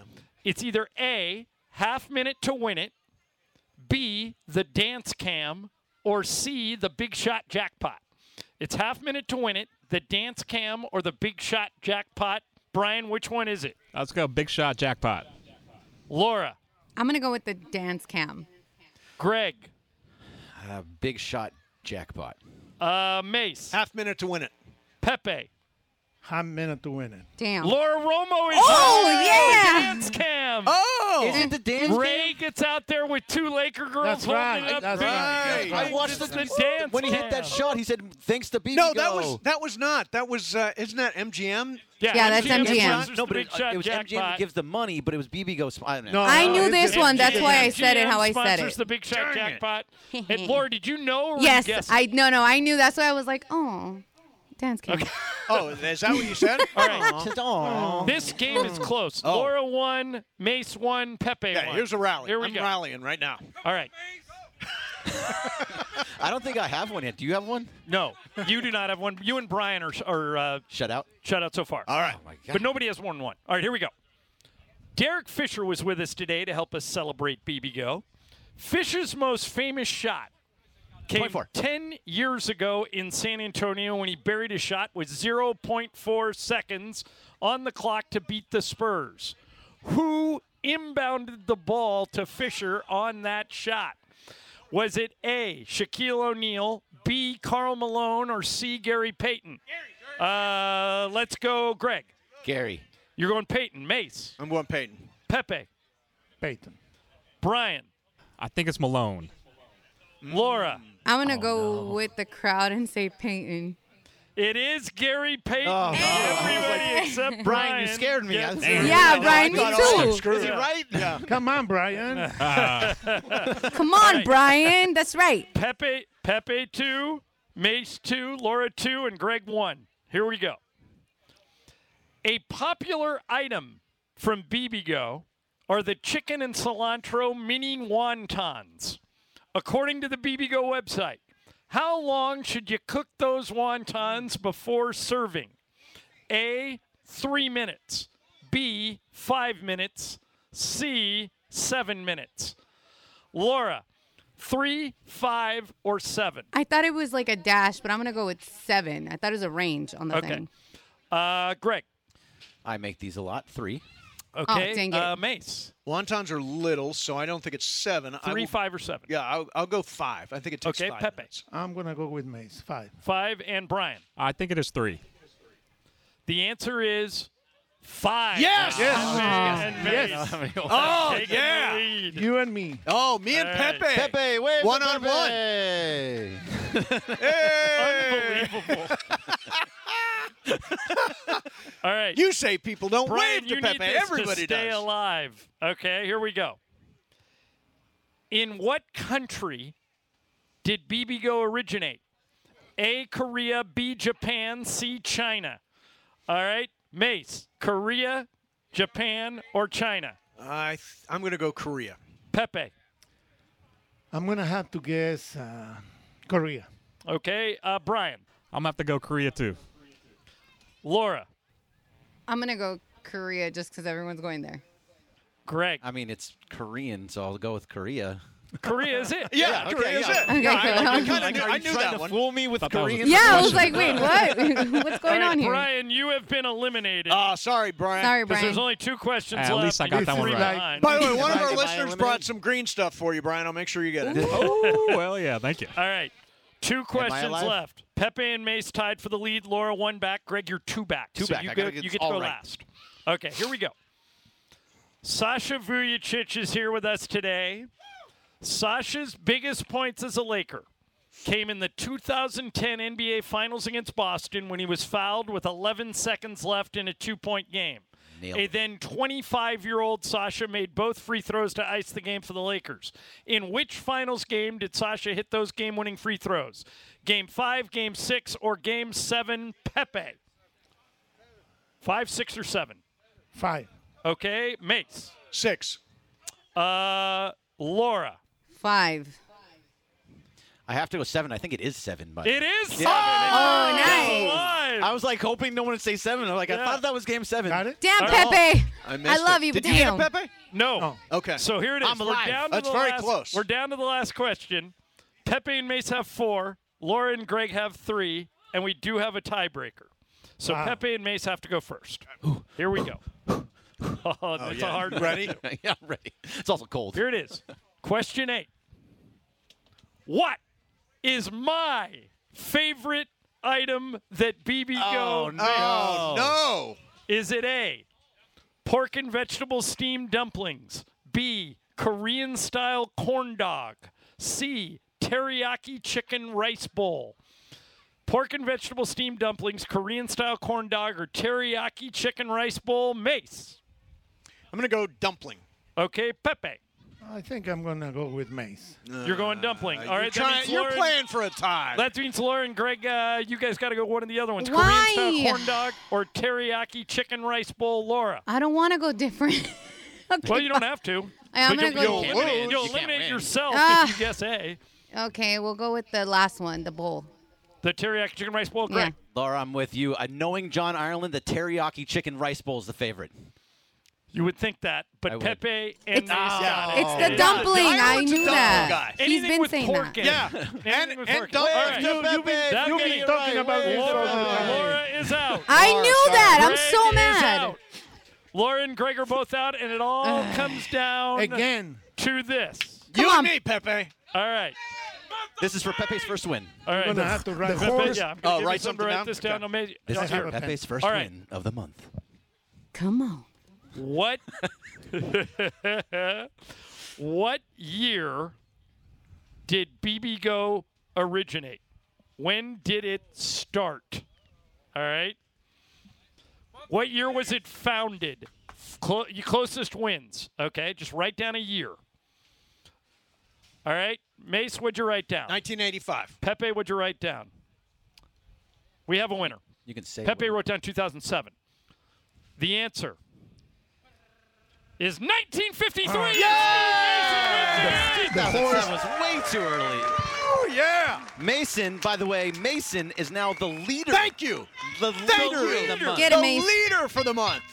Speaker 2: It's either A, half minute to win it, B, the dance cam, or C, the big shot jackpot. It's half minute to win it, the dance cam, or the big shot jackpot. Brian, which one is it?
Speaker 7: Let's go. Big shot jackpot.
Speaker 2: Laura,
Speaker 5: I'm gonna go with the dance cam.
Speaker 2: Greg,
Speaker 1: Uh, big shot jackpot.
Speaker 2: uh, Mace.
Speaker 3: Half minute to win it.
Speaker 2: Pepe.
Speaker 4: Half minute to win it.
Speaker 5: Damn.
Speaker 2: Laura Romo is
Speaker 5: Oh,
Speaker 2: on the
Speaker 5: yeah.
Speaker 2: dance cam.
Speaker 3: Oh,
Speaker 1: Is it the dance
Speaker 2: Ray gets out there with two Laker girls
Speaker 4: That's right.
Speaker 2: holding it up.
Speaker 4: That's
Speaker 2: Big-
Speaker 4: right.
Speaker 2: I watched the, dance
Speaker 1: When he hit that
Speaker 2: cam.
Speaker 1: shot, he said, "Thanks to BB."
Speaker 3: No, that was that was not. That was uh, isn't that MGM?
Speaker 5: Yeah, that's MGM.
Speaker 2: sponsors
Speaker 1: No,
Speaker 2: the
Speaker 1: but
Speaker 2: Big
Speaker 1: it, uh,
Speaker 2: Shot
Speaker 1: it was MGM
Speaker 2: Jackpot.
Speaker 1: who gives the money, but it was BB Go. Sp- I don't know.
Speaker 4: No,
Speaker 5: I
Speaker 4: no,
Speaker 5: knew
Speaker 4: it's
Speaker 5: this
Speaker 4: the
Speaker 5: one. That's
Speaker 4: MGM.
Speaker 5: why I said it how I said
Speaker 2: Sponsors
Speaker 5: it.
Speaker 2: the Big Shot Jackpot. and Laura, did you know? Or
Speaker 5: Yes,
Speaker 2: you guess?
Speaker 5: I no no I knew. That's why I was like, oh, dance cam.
Speaker 3: Oh, is that what you said? Hmm.
Speaker 2: All right.
Speaker 1: Just, aw.
Speaker 2: This game is close. Laura won, Mace won, Pepe
Speaker 3: Oh. yeah,
Speaker 2: won.
Speaker 3: here's a rally.
Speaker 2: Here we
Speaker 3: I'm
Speaker 2: go.
Speaker 3: rallying right now.
Speaker 2: All right.
Speaker 1: I don't think I have one yet. Do you have one?
Speaker 2: No, you do not have one. You and Brian are, are uh,
Speaker 1: Shut out. Oh,
Speaker 2: shut out so far.
Speaker 3: All right.
Speaker 2: But nobody has more than one. All right, here we go. Derek Fisher was with us today to help us celebrate BB Go. Fisher's most famous shot came
Speaker 1: 24.
Speaker 2: 10 years ago in San Antonio when he buried his shot with 0.4 seconds on the clock to beat the Spurs. Who inbounded the ball to Fisher on that shot? Was it A, Shaquille O'Neal, B, Carl Malone, or C, Gary Payton? Uh, let's go, Greg.
Speaker 1: Gary.
Speaker 2: You're going Peyton, Mace,
Speaker 3: I'm going Peyton.
Speaker 2: Pepe,
Speaker 4: Peyton.
Speaker 2: Brian,
Speaker 7: I think it's Malone.
Speaker 2: Laura.
Speaker 5: I'm gonna
Speaker 2: Oh,
Speaker 5: go with the crowd and say Peyton.
Speaker 2: It is Gary Peyton. Everybody except
Speaker 1: Oh, Brian,
Speaker 2: Brian.
Speaker 1: you scared me. I
Speaker 2: gets
Speaker 1: was-
Speaker 2: it.
Speaker 5: Yeah, Brian, me
Speaker 3: got
Speaker 5: too.
Speaker 1: Is it right? Yeah.
Speaker 4: Come on, Brian.
Speaker 2: Ah.
Speaker 1: oh,
Speaker 5: Come on, Brian. That's right.
Speaker 2: Pepe, Pepe two, Mace two, Laura two, and Greg one. Here we go. A popular item from BBGO are the chicken and cilantro mini wontons. According to the BBGO website, how long should you cook those wontons before serving? A, three minutes. B, five minutes. C, seven minutes. Laura, three, five, or seven.
Speaker 5: I thought it was like a dash, but I'm gonna go with seven. I thought it was a range on the
Speaker 2: Okay.
Speaker 5: thing.
Speaker 2: Uh, Greg.
Speaker 1: I make these a lot. Three.
Speaker 2: Okay.
Speaker 5: Oh, dang it.
Speaker 2: uh, Mace.
Speaker 3: Wontons are little, so I don't think it's seven. I
Speaker 2: Three,
Speaker 3: will-
Speaker 2: five, or seven.
Speaker 3: Yeah, I'll, I'll go five. I think it takes
Speaker 2: Okay,
Speaker 3: five.
Speaker 2: Pepe.
Speaker 3: minutes.
Speaker 4: I'm gonna go with Mace. Five.
Speaker 2: Five and Brian.
Speaker 7: I think it is three.
Speaker 2: The answer is five.
Speaker 3: Yes! Yes.
Speaker 2: And Mace
Speaker 3: Oh,
Speaker 2: taking the
Speaker 3: yeah.
Speaker 2: lead.
Speaker 4: You and me.
Speaker 3: Oh, me and
Speaker 2: All right.
Speaker 3: Pepe.
Speaker 1: Pepe, wait.
Speaker 3: One on one.
Speaker 1: one.
Speaker 3: Hey!
Speaker 2: Unbelievable. All right.
Speaker 3: You say people don't
Speaker 2: Brian,
Speaker 3: wave
Speaker 2: you
Speaker 3: to Pepe.
Speaker 2: need this
Speaker 3: Everybody
Speaker 2: to stay
Speaker 3: does.
Speaker 2: alive. Okay, here we go. In what country did BB Go originate? A. Korea, B. Japan, C. China. All right, Mace, Korea, Japan, or China?
Speaker 3: I th- I'm going to go Korea.
Speaker 2: Pepe.
Speaker 4: I'm gonna have to guess uh, Korea.
Speaker 2: Okay, uh, Brian,
Speaker 7: I'm gonna have to go Korea too.
Speaker 2: Laura,
Speaker 5: I'm gonna go Korea just because everyone's going there.
Speaker 2: Greg.
Speaker 1: I mean, it's Korean, so I'll go with Korea.
Speaker 2: Korea is it?
Speaker 3: Yeah,
Speaker 1: okay,
Speaker 3: Korea's
Speaker 1: yeah.
Speaker 3: it.
Speaker 5: Okay,
Speaker 3: Yeah, I- I,
Speaker 5: cool.
Speaker 3: kinda knew,
Speaker 1: Are
Speaker 3: I
Speaker 1: you
Speaker 3: knew
Speaker 1: trying
Speaker 3: that
Speaker 1: to
Speaker 3: one.
Speaker 1: fool me with
Speaker 7: Thought that was a-
Speaker 1: Korean?
Speaker 5: Yeah, I was like, wait, what? What's
Speaker 2: All
Speaker 5: going
Speaker 2: right,
Speaker 5: on here?
Speaker 2: Brian, you have been eliminated.
Speaker 3: Ah, sorry, Brian.
Speaker 5: Sorry,
Speaker 2: because
Speaker 5: Brian.
Speaker 2: there's only two questions
Speaker 7: At
Speaker 2: left.
Speaker 7: least I
Speaker 2: You
Speaker 7: got
Speaker 2: got
Speaker 7: that one
Speaker 2: three
Speaker 7: right.
Speaker 2: behind.
Speaker 3: By the way, one of
Speaker 1: Am I-
Speaker 3: our
Speaker 1: am I
Speaker 3: listeners
Speaker 1: eliminated?
Speaker 3: brought some green stuff for you, Brian. I'll make sure you get it.
Speaker 7: Oh well, yeah. Thank you.
Speaker 2: right. Two questions
Speaker 1: alive?
Speaker 2: left. Pepe and Mace tied for the lead. Laura one back. Greg, you're two back.
Speaker 1: Two
Speaker 2: so
Speaker 1: back.
Speaker 2: You
Speaker 1: I
Speaker 2: go-
Speaker 1: gotta get
Speaker 2: you
Speaker 1: this
Speaker 2: get to
Speaker 1: all
Speaker 2: go
Speaker 1: right.
Speaker 2: last. Okay, here we go. Sasha Vujacic is here with us today. Sasha's biggest points as a Laker came in the 2010 NBA Finals against Boston when he was fouled with 11 seconds left in a two-point game.
Speaker 1: Nailed
Speaker 2: a
Speaker 1: it.
Speaker 2: then 25-year-old Sasha made both free throws to ice the game for the Lakers. In which Finals game did Sasha hit those game-winning free throws? Game 5, game 6, or game 7? Pepe. Five, six, or seven?
Speaker 4: Five.
Speaker 2: Okay, Mace.
Speaker 3: Six.
Speaker 2: Uh, Laura.
Speaker 5: Five.
Speaker 1: I have to go seven. I think it is seven, but
Speaker 2: It is
Speaker 1: Yeah.
Speaker 2: seven.
Speaker 5: Oh,
Speaker 2: It's
Speaker 5: nice.
Speaker 2: alive.
Speaker 1: I was like hoping no one would say seven. I'm like, I thought that was game seven. Got it?
Speaker 5: Damn, Pepe.
Speaker 1: I
Speaker 5: I
Speaker 1: missed
Speaker 5: love
Speaker 1: it.
Speaker 5: you.
Speaker 1: Did you hear
Speaker 5: damn.
Speaker 1: Pepe?
Speaker 2: No.
Speaker 3: Okay.
Speaker 2: So here it is.
Speaker 1: Oh, I'm
Speaker 2: We're
Speaker 1: alive.
Speaker 2: down to
Speaker 1: That's
Speaker 2: the
Speaker 1: very
Speaker 2: last-
Speaker 1: close.
Speaker 2: We're down to the last question. Pepe and Mace have four. Laura and Greg have three, and we do have a tiebreaker. So
Speaker 1: Ah.
Speaker 4: Wow.
Speaker 2: Pepe and Mace have to go first. Here we go. oh, that's a hard one.
Speaker 3: Ready?
Speaker 1: yeah, I'm ready. It's also cold.
Speaker 2: Here it is. Question eight. What is my favorite item that BB Go
Speaker 1: no.
Speaker 2: makes?
Speaker 3: Oh, No.
Speaker 2: Is it A, pork and vegetable steamed dumplings? B, Korean style corn dog? C, teriyaki chicken rice bowl? Pork and vegetable steamed dumplings, Korean style corn dog, or teriyaki chicken rice bowl mace?
Speaker 3: I'm going to go dumpling.
Speaker 2: Okay, Pepe,
Speaker 4: I think I'm gonna go with Mace.
Speaker 2: you're going dumpling. All right, that
Speaker 3: Try-
Speaker 2: means
Speaker 3: Uh, you're
Speaker 2: Lauren-
Speaker 3: playing for a tie.
Speaker 2: That means Laura and Greg, uh, you guys got to go one of the other ones. Korean
Speaker 5: Why?
Speaker 2: style corn dog or teriyaki chicken rice bowl, Laura.
Speaker 5: I don't want to go different. okay.
Speaker 2: Well, you don't have to.
Speaker 5: I am
Speaker 2: but
Speaker 5: gonna
Speaker 2: you'll,
Speaker 5: go-
Speaker 2: you'll
Speaker 1: You can't
Speaker 2: eliminate,
Speaker 1: win.
Speaker 2: you'll
Speaker 1: You can't
Speaker 2: eliminate
Speaker 1: win.
Speaker 2: yourself
Speaker 5: Ah.
Speaker 2: if you guess A.
Speaker 5: Okay, we'll go with the last one, the bowl.
Speaker 2: The teriyaki chicken rice bowl,
Speaker 5: Yeah.
Speaker 2: Greg.
Speaker 1: Laura, I'm with you. Uh, knowing John Ireland, the teriyaki chicken rice bowl is the favorite.
Speaker 2: You would think that, but
Speaker 1: I would.
Speaker 2: Pepe and
Speaker 5: It's-
Speaker 2: Mace got it.
Speaker 5: It's the
Speaker 2: Yeah.
Speaker 5: dumpling. I
Speaker 3: Ireland's a
Speaker 5: knew
Speaker 3: dumpling
Speaker 5: that.
Speaker 3: guy.
Speaker 5: He's
Speaker 2: Anything
Speaker 5: been
Speaker 2: with
Speaker 5: saying
Speaker 2: pork
Speaker 5: that.
Speaker 2: in it.
Speaker 3: Yeah.
Speaker 2: Anything
Speaker 3: And-
Speaker 2: with
Speaker 3: and
Speaker 2: pork in it.
Speaker 3: dumpling.
Speaker 2: All right.
Speaker 3: You-
Speaker 4: You've been,
Speaker 2: That
Speaker 4: you've
Speaker 2: guy,
Speaker 4: been
Speaker 2: you're
Speaker 4: talking
Speaker 2: right.
Speaker 4: about this for a
Speaker 2: Laura,
Speaker 4: while.
Speaker 2: Laura is out.
Speaker 5: I knew that. I'm
Speaker 2: Greg
Speaker 5: so
Speaker 2: is
Speaker 5: mad.
Speaker 2: out. Laura and Greg are both out, and it all comes down
Speaker 4: Again.
Speaker 2: to this.
Speaker 3: you
Speaker 5: Come
Speaker 3: and
Speaker 5: on.
Speaker 3: me, Pepe.
Speaker 2: All right.
Speaker 1: This is for Pepe's first win.
Speaker 2: All right.
Speaker 4: I'm gonna have to write
Speaker 2: Pepe,
Speaker 4: that.
Speaker 2: yeah, I'm gonna
Speaker 3: Oh,
Speaker 2: give
Speaker 3: write
Speaker 2: this, I'm
Speaker 3: something
Speaker 2: gonna write
Speaker 3: down?
Speaker 2: this down.
Speaker 3: Okay.
Speaker 2: I'll make-
Speaker 1: This
Speaker 2: I'll
Speaker 1: is
Speaker 2: hear
Speaker 1: for
Speaker 4: a
Speaker 2: it.
Speaker 4: pen.
Speaker 1: Pepe's first
Speaker 2: All right.
Speaker 1: win of the month.
Speaker 5: Come on.
Speaker 2: What? what year did BB Go originate? When did it start? All right. What year was it founded? Clo- you closest wins. Okay, just write down a year. All right, Mace, what'd you write down?
Speaker 3: 1985.
Speaker 2: Pepe, what'd you write down? We have a winner.
Speaker 1: You can say
Speaker 2: Pepe
Speaker 1: what-
Speaker 2: wrote down 2007. The answer is 1953.
Speaker 4: The
Speaker 1: That
Speaker 4: horse.
Speaker 1: was way too early.
Speaker 3: Oh, yeah.
Speaker 1: Mason, by the way, Mason is now the leader.
Speaker 3: Thank you.
Speaker 1: The
Speaker 3: Thank
Speaker 1: leader
Speaker 3: you.
Speaker 1: in the month.
Speaker 5: Get
Speaker 3: the
Speaker 5: him, Mace.
Speaker 3: leader for the month.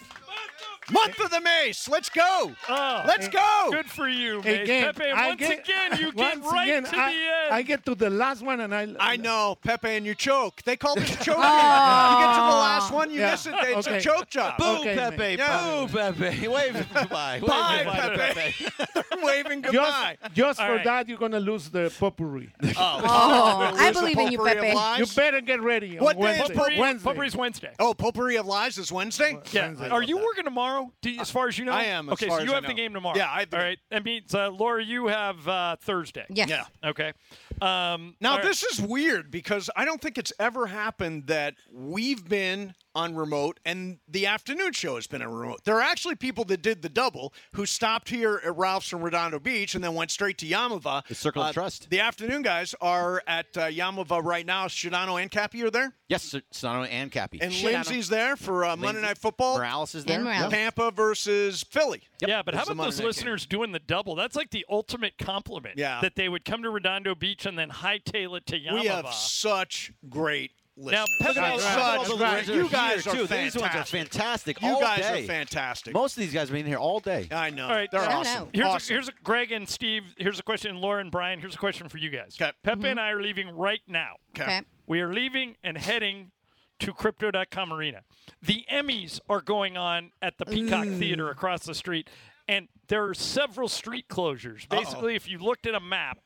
Speaker 3: Month of the Mace. Let's go.
Speaker 2: Oh,
Speaker 3: Let's go.
Speaker 2: Good for you, Mace.
Speaker 4: Again,
Speaker 2: Pepe,
Speaker 4: I
Speaker 2: once
Speaker 4: get-
Speaker 2: again, you get
Speaker 4: once
Speaker 2: right
Speaker 4: again,
Speaker 2: to
Speaker 4: I,
Speaker 2: the
Speaker 4: I
Speaker 2: end.
Speaker 4: get to the last one and I.
Speaker 3: I know, Pepe, and you choke. They call this choking. you get to the
Speaker 5: Oh.
Speaker 3: last one, you
Speaker 4: Yeah.
Speaker 3: miss it. It's a
Speaker 4: Okay.
Speaker 3: choke job.
Speaker 1: Boo,
Speaker 4: Okay,
Speaker 1: Pepe.
Speaker 3: Mason. Yeah.
Speaker 1: Boo, Pepe. Wave goodbye. Wave
Speaker 3: Bye,
Speaker 1: goodbye to
Speaker 3: Pepe. They're waving goodbye.
Speaker 4: Just, just
Speaker 2: All
Speaker 4: for
Speaker 2: right.
Speaker 4: that, you're gonna lose the potpourri.
Speaker 5: Oh, I
Speaker 3: Where's the
Speaker 5: believe in you,
Speaker 3: potpourri of
Speaker 5: Pepe.
Speaker 4: You
Speaker 3: lies?
Speaker 4: better get ready. on
Speaker 3: What day is
Speaker 4: Wednesday.
Speaker 3: potpourri?
Speaker 4: Wednesday.
Speaker 2: Potpourri's Wednesday.
Speaker 3: Oh, potpourri of lies is Wednesday?
Speaker 2: Yeah.
Speaker 4: Wednesday.
Speaker 2: Are you working tomorrow? Do you, as far as you know,
Speaker 3: I am, as
Speaker 2: Okay,
Speaker 3: far
Speaker 2: so
Speaker 3: as
Speaker 2: you
Speaker 3: I
Speaker 2: have the
Speaker 3: know.
Speaker 2: game tomorrow.
Speaker 3: Yeah, I have the
Speaker 2: All
Speaker 3: game.
Speaker 2: right. That means uh, Laura, you have uh, Thursday.
Speaker 5: Yes.
Speaker 3: Yeah.
Speaker 2: Okay. Um,
Speaker 3: Now,
Speaker 2: all right.
Speaker 3: this is weird because I don't think it's ever happened that we've been on remote and the afternoon show has been on remote. There are actually people that did the double who stopped here at Ralph's in Redondo Beach and then went straight to Yamava. Uh,
Speaker 1: The Circle of Trust.
Speaker 3: The afternoon guys are at uh, Yamava right now. Shadano and Cappy are there.
Speaker 1: Yes, Sonano and Cappy.
Speaker 3: And
Speaker 1: Shit, I don't-
Speaker 3: Lindsay's there for uh, Monday
Speaker 1: Lindsay-
Speaker 3: Night Football.
Speaker 1: Morales is there.
Speaker 5: And Morales.
Speaker 1: Yep.
Speaker 3: Tampa versus Philly.
Speaker 2: Yeah, but how
Speaker 3: It's the Monday
Speaker 2: about those
Speaker 3: night game.
Speaker 2: listeners doing the double? That's like the ultimate compliment.
Speaker 3: Yeah.
Speaker 2: That they would come to Redondo Beach and then hightail it to Yamava.
Speaker 3: We have such great
Speaker 2: Now,
Speaker 3: listeners.
Speaker 2: Pepe-
Speaker 1: Look at all
Speaker 3: Such
Speaker 1: the
Speaker 3: great-
Speaker 1: listeners
Speaker 3: You guys
Speaker 1: here,
Speaker 3: are
Speaker 1: too.
Speaker 3: fantastic.
Speaker 1: These ones are fantastic.
Speaker 3: You
Speaker 1: all
Speaker 3: guys
Speaker 1: day.
Speaker 3: are fantastic.
Speaker 1: Most of these guys have been here all day.
Speaker 3: I know.
Speaker 2: All right,
Speaker 3: They're
Speaker 2: Shout
Speaker 3: awesome.
Speaker 5: out.
Speaker 2: Here's, a-
Speaker 3: awesome.
Speaker 2: here's a, Greg and Steve. Here's a question. Lauren, Brian. Here's a question for you guys.
Speaker 3: 'Kay.
Speaker 2: Pepe and I are leaving right now.
Speaker 5: Mm-hmm. Okay.
Speaker 2: We are leaving and heading to Crypto.com Arena. The Emmys are going on at the Peacock
Speaker 5: Mm.
Speaker 2: Theater across the street, and there are several street closures. Basically, if you looked at a map,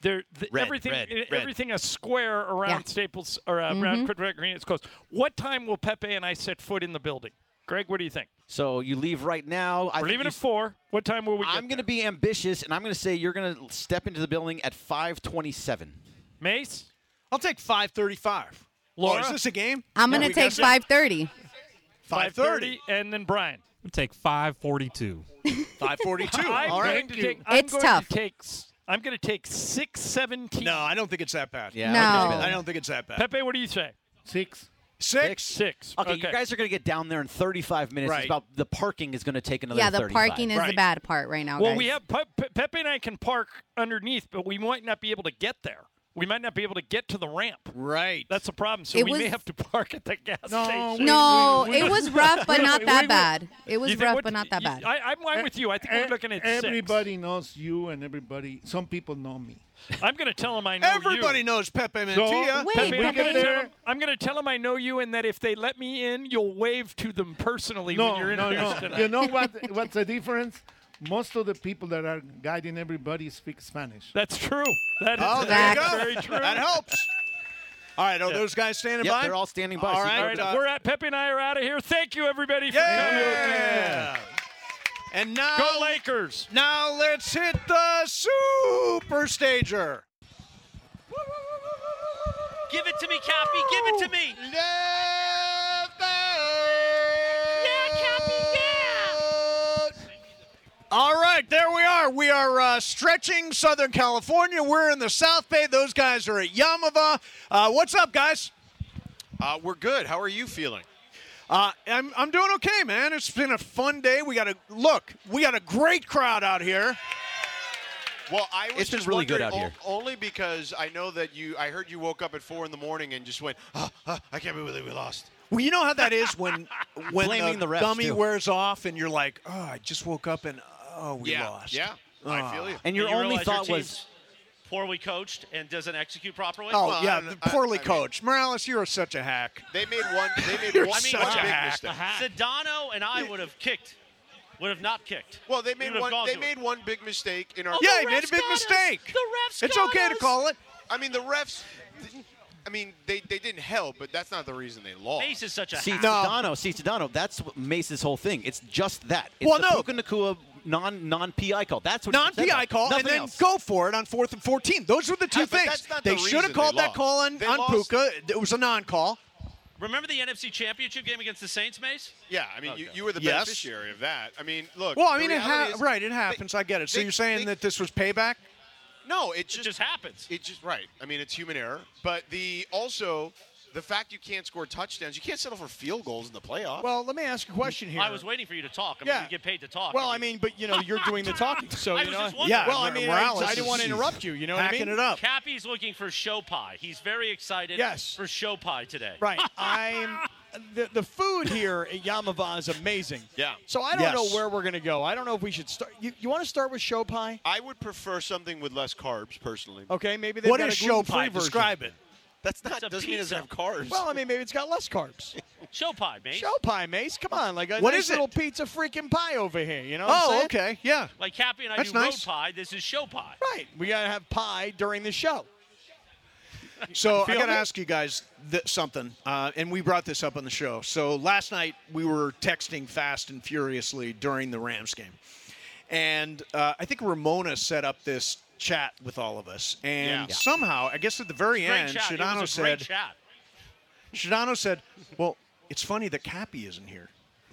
Speaker 2: there the,
Speaker 1: Red,
Speaker 2: everything
Speaker 1: red,
Speaker 2: e-
Speaker 1: red.
Speaker 2: everything a square around
Speaker 5: Yeah. Mm-hmm.
Speaker 2: Staples or uh, around Crypto.com Arena is closed. What time will Pepe and I set foot in the building? Greg, what do you think?
Speaker 1: So you leave right now. I
Speaker 2: We're
Speaker 1: think
Speaker 2: leaving
Speaker 1: you
Speaker 2: at four. What time will we?
Speaker 1: I'm
Speaker 2: going
Speaker 1: going to be ambitious, and I'm going to say you're going to step into the building at 5:27.
Speaker 2: Mace.
Speaker 3: I'll take 535.
Speaker 2: Laura?
Speaker 3: Oh, is this a game?
Speaker 5: I'm
Speaker 3: Yeah,
Speaker 5: gonna
Speaker 3: we
Speaker 5: take
Speaker 3: got that.
Speaker 5: 5:30.
Speaker 3: 530.
Speaker 2: and then Brian.
Speaker 7: We'll take 542.
Speaker 3: 542.
Speaker 2: I'm
Speaker 3: All
Speaker 2: going
Speaker 3: right.
Speaker 2: to take. I'm
Speaker 5: It's
Speaker 2: going
Speaker 5: tough.
Speaker 2: To take, s- I'm going to take six seventeen.
Speaker 3: No, I don't think it's that bad.
Speaker 1: Yeah.
Speaker 5: No.
Speaker 1: I would just bet
Speaker 3: I
Speaker 1: that.
Speaker 3: don't think it's that bad.
Speaker 2: Pepe, what do you say?
Speaker 4: Six.
Speaker 3: Six?
Speaker 2: Six.
Speaker 1: Okay, you guys are going to get down there in 35 minutes.
Speaker 2: Right.
Speaker 1: It's about the parking is going to take another
Speaker 5: yeah, the
Speaker 1: 35.
Speaker 5: parking is the bad part right now.
Speaker 2: Well,
Speaker 5: guys.
Speaker 2: we have Pe- Pe- Pepe and I can park underneath, but we might not be able to get there. We might not be able to get to the ramp.
Speaker 3: Right.
Speaker 2: That's the problem. So
Speaker 5: It
Speaker 2: we may
Speaker 5: was-
Speaker 2: have to park at the gas station.
Speaker 5: no, it was rough, but not that bad. It was
Speaker 2: You think
Speaker 5: rough,
Speaker 2: what-
Speaker 5: but not that bad.
Speaker 2: I, I'm fine with you. I think we're looking at six.
Speaker 4: Everybody knows you, and everybody. Some people know me.
Speaker 2: I'm going to tell him I know
Speaker 4: Everybody
Speaker 2: you.
Speaker 4: knows Pepe Mantilla. Wait,
Speaker 2: Pepe,
Speaker 4: we
Speaker 2: I'm
Speaker 4: get
Speaker 2: gonna tell
Speaker 4: there-
Speaker 2: him- I'm going to tell him I know you and that if they let me in, you'll wave to them personally
Speaker 4: No,
Speaker 2: when you're
Speaker 4: no,
Speaker 2: introduced
Speaker 4: no.
Speaker 2: tonight.
Speaker 4: You know what? What's the difference? Most of the people that are guiding everybody speak Spanish.
Speaker 2: That's true. That is
Speaker 3: Oh, there you go.
Speaker 2: very true.
Speaker 3: That helps. All right, are those guys standing by? All right, uh,
Speaker 2: we're at Pepe and I are out of here. Thank you, everybody, for
Speaker 3: Yeah. And now
Speaker 2: Go Lakers.
Speaker 3: Now let's hit the super stager.
Speaker 11: Give it to me, Cappy. Give it to me. Yeah, Cappy. Yeah.
Speaker 3: All right, there we are. We are uh, stretching Southern California. We're in the South Bay. Those guys are at Yamava. Uh, what's up, guys?
Speaker 12: Uh, we're good. How are you feeling?
Speaker 3: Uh, I'm, I'm doing okay, man. It's been a fun day. We got a look. We got a great crowd out here.
Speaker 12: Well, I was
Speaker 3: It's been
Speaker 12: just
Speaker 3: really good
Speaker 12: wondering,
Speaker 3: out here.
Speaker 12: o- Only because I know that you. I heard you woke up at four in the morning and just went, "Ah, ah, I can't believe we lost."
Speaker 3: Well, you know how that is when when
Speaker 12: Blaming the refs,
Speaker 3: gummy
Speaker 12: too.
Speaker 3: wears off and you're like, oh, I just woke up and oh, we
Speaker 12: yeah,
Speaker 3: lost. Ah.
Speaker 12: yeah. I feel you.
Speaker 11: realize your team's poorly coached and doesn't execute properly.
Speaker 3: oh yeah, the poorly coached Morales. You're such a hack.
Speaker 12: They made one. They made
Speaker 3: You're
Speaker 12: one
Speaker 3: such
Speaker 12: big
Speaker 3: a hack.
Speaker 12: mistake.
Speaker 3: A hack.
Speaker 11: Sedano and I would have kicked. Would have not kicked.
Speaker 12: Well, they
Speaker 11: We
Speaker 12: made
Speaker 11: would have
Speaker 12: one.
Speaker 11: gone
Speaker 12: They
Speaker 11: to it.
Speaker 12: made one big mistake in our.
Speaker 11: Oh, the Yeah, they made a refs big got us. mistake. The refs It's got okay to us. call
Speaker 3: it.
Speaker 12: I mean, the refs. I mean, they, they didn't help, but that's not the reason they lost.
Speaker 11: Mace is such
Speaker 1: See, Sedano, see, Sedano, that's what Mace's whole thing. It's just that. It's
Speaker 3: Well,
Speaker 1: the
Speaker 3: no.
Speaker 1: Puka Nakua non, non-PI call. That's what
Speaker 3: Non PI call
Speaker 1: Nothing
Speaker 3: and then
Speaker 1: else.
Speaker 3: go for it on fourth and 14. Those were the two
Speaker 12: Yeah, but
Speaker 3: things.
Speaker 12: that's not
Speaker 3: they
Speaker 12: the
Speaker 3: should have
Speaker 12: reason
Speaker 3: called
Speaker 12: they
Speaker 3: that
Speaker 12: lost.
Speaker 3: call on,
Speaker 12: They
Speaker 3: on
Speaker 12: lost-
Speaker 3: Puka. It was a non call.
Speaker 11: Remember the NFC Championship game against the Saints, Mace?
Speaker 12: Yeah, I mean, you, you were the
Speaker 3: Yes.
Speaker 12: beneficiary of that. I mean, look.
Speaker 3: Well, I
Speaker 12: the
Speaker 3: mean, it
Speaker 12: reality
Speaker 3: ha-
Speaker 12: is-
Speaker 3: right, it happens. I get it. So
Speaker 12: they-
Speaker 3: you're saying that this was payback?
Speaker 12: No, it just,
Speaker 11: just happens.
Speaker 12: It just right. I mean, it's human error, but the also the fact you can't score touchdowns, you can't settle for field goals in the playoffs.
Speaker 13: Well, let me ask a question here.
Speaker 11: I was waiting for you to talk. I mean,
Speaker 13: Yeah.
Speaker 11: you get paid to talk.
Speaker 13: Well, I mean, but you know, you're doing the talking, so
Speaker 11: I
Speaker 13: you
Speaker 11: was
Speaker 13: know.
Speaker 11: just wondering.
Speaker 13: Well, I mean, I, I didn't want to interrupt you. You know what I mean?
Speaker 11: Cappy's looking for show pie. He's very excited.
Speaker 13: Yes.
Speaker 11: For show pie today.
Speaker 13: Right. I'm the, the food here at Yamava is amazing.
Speaker 12: Yeah.
Speaker 13: So I don't
Speaker 12: Yes.
Speaker 13: know where we're gonna go. I don't know if we should start. You, you want to start with show pie?
Speaker 12: I would prefer something with less carbs, personally.
Speaker 13: Okay, maybe they've What got is a gluten-free show pie? version. Describe it.
Speaker 12: That's not doesn't mean it doesn't have carbs.
Speaker 13: Well, I mean, maybe it's got less carbs.
Speaker 11: show pie, Mace.
Speaker 13: Show pie, Mace. Come on, like a
Speaker 11: What
Speaker 13: nice
Speaker 11: is it?
Speaker 13: little pizza freaking pie over here. You know?
Speaker 11: Oh,
Speaker 13: okay, yeah.
Speaker 11: Like Cappy and I
Speaker 13: That's
Speaker 11: do
Speaker 13: nice.
Speaker 11: road pie. This is show pie.
Speaker 13: Right. We gotta have pie during the show.
Speaker 3: So I
Speaker 13: Feel
Speaker 3: got to
Speaker 13: me?
Speaker 3: ask you guys th- something, uh, and we brought this up on the show. So last night we were texting fast and furiously during the Rams game, and uh, I think Ramona set up this chat with all of us, and
Speaker 11: Yeah.
Speaker 3: somehow I guess at the very
Speaker 11: Great
Speaker 3: end,
Speaker 11: chat. It was a
Speaker 3: Shadano
Speaker 11: great
Speaker 3: said,
Speaker 11: chat.
Speaker 3: Shadano said, "Well, it's funny that Cappy isn't here."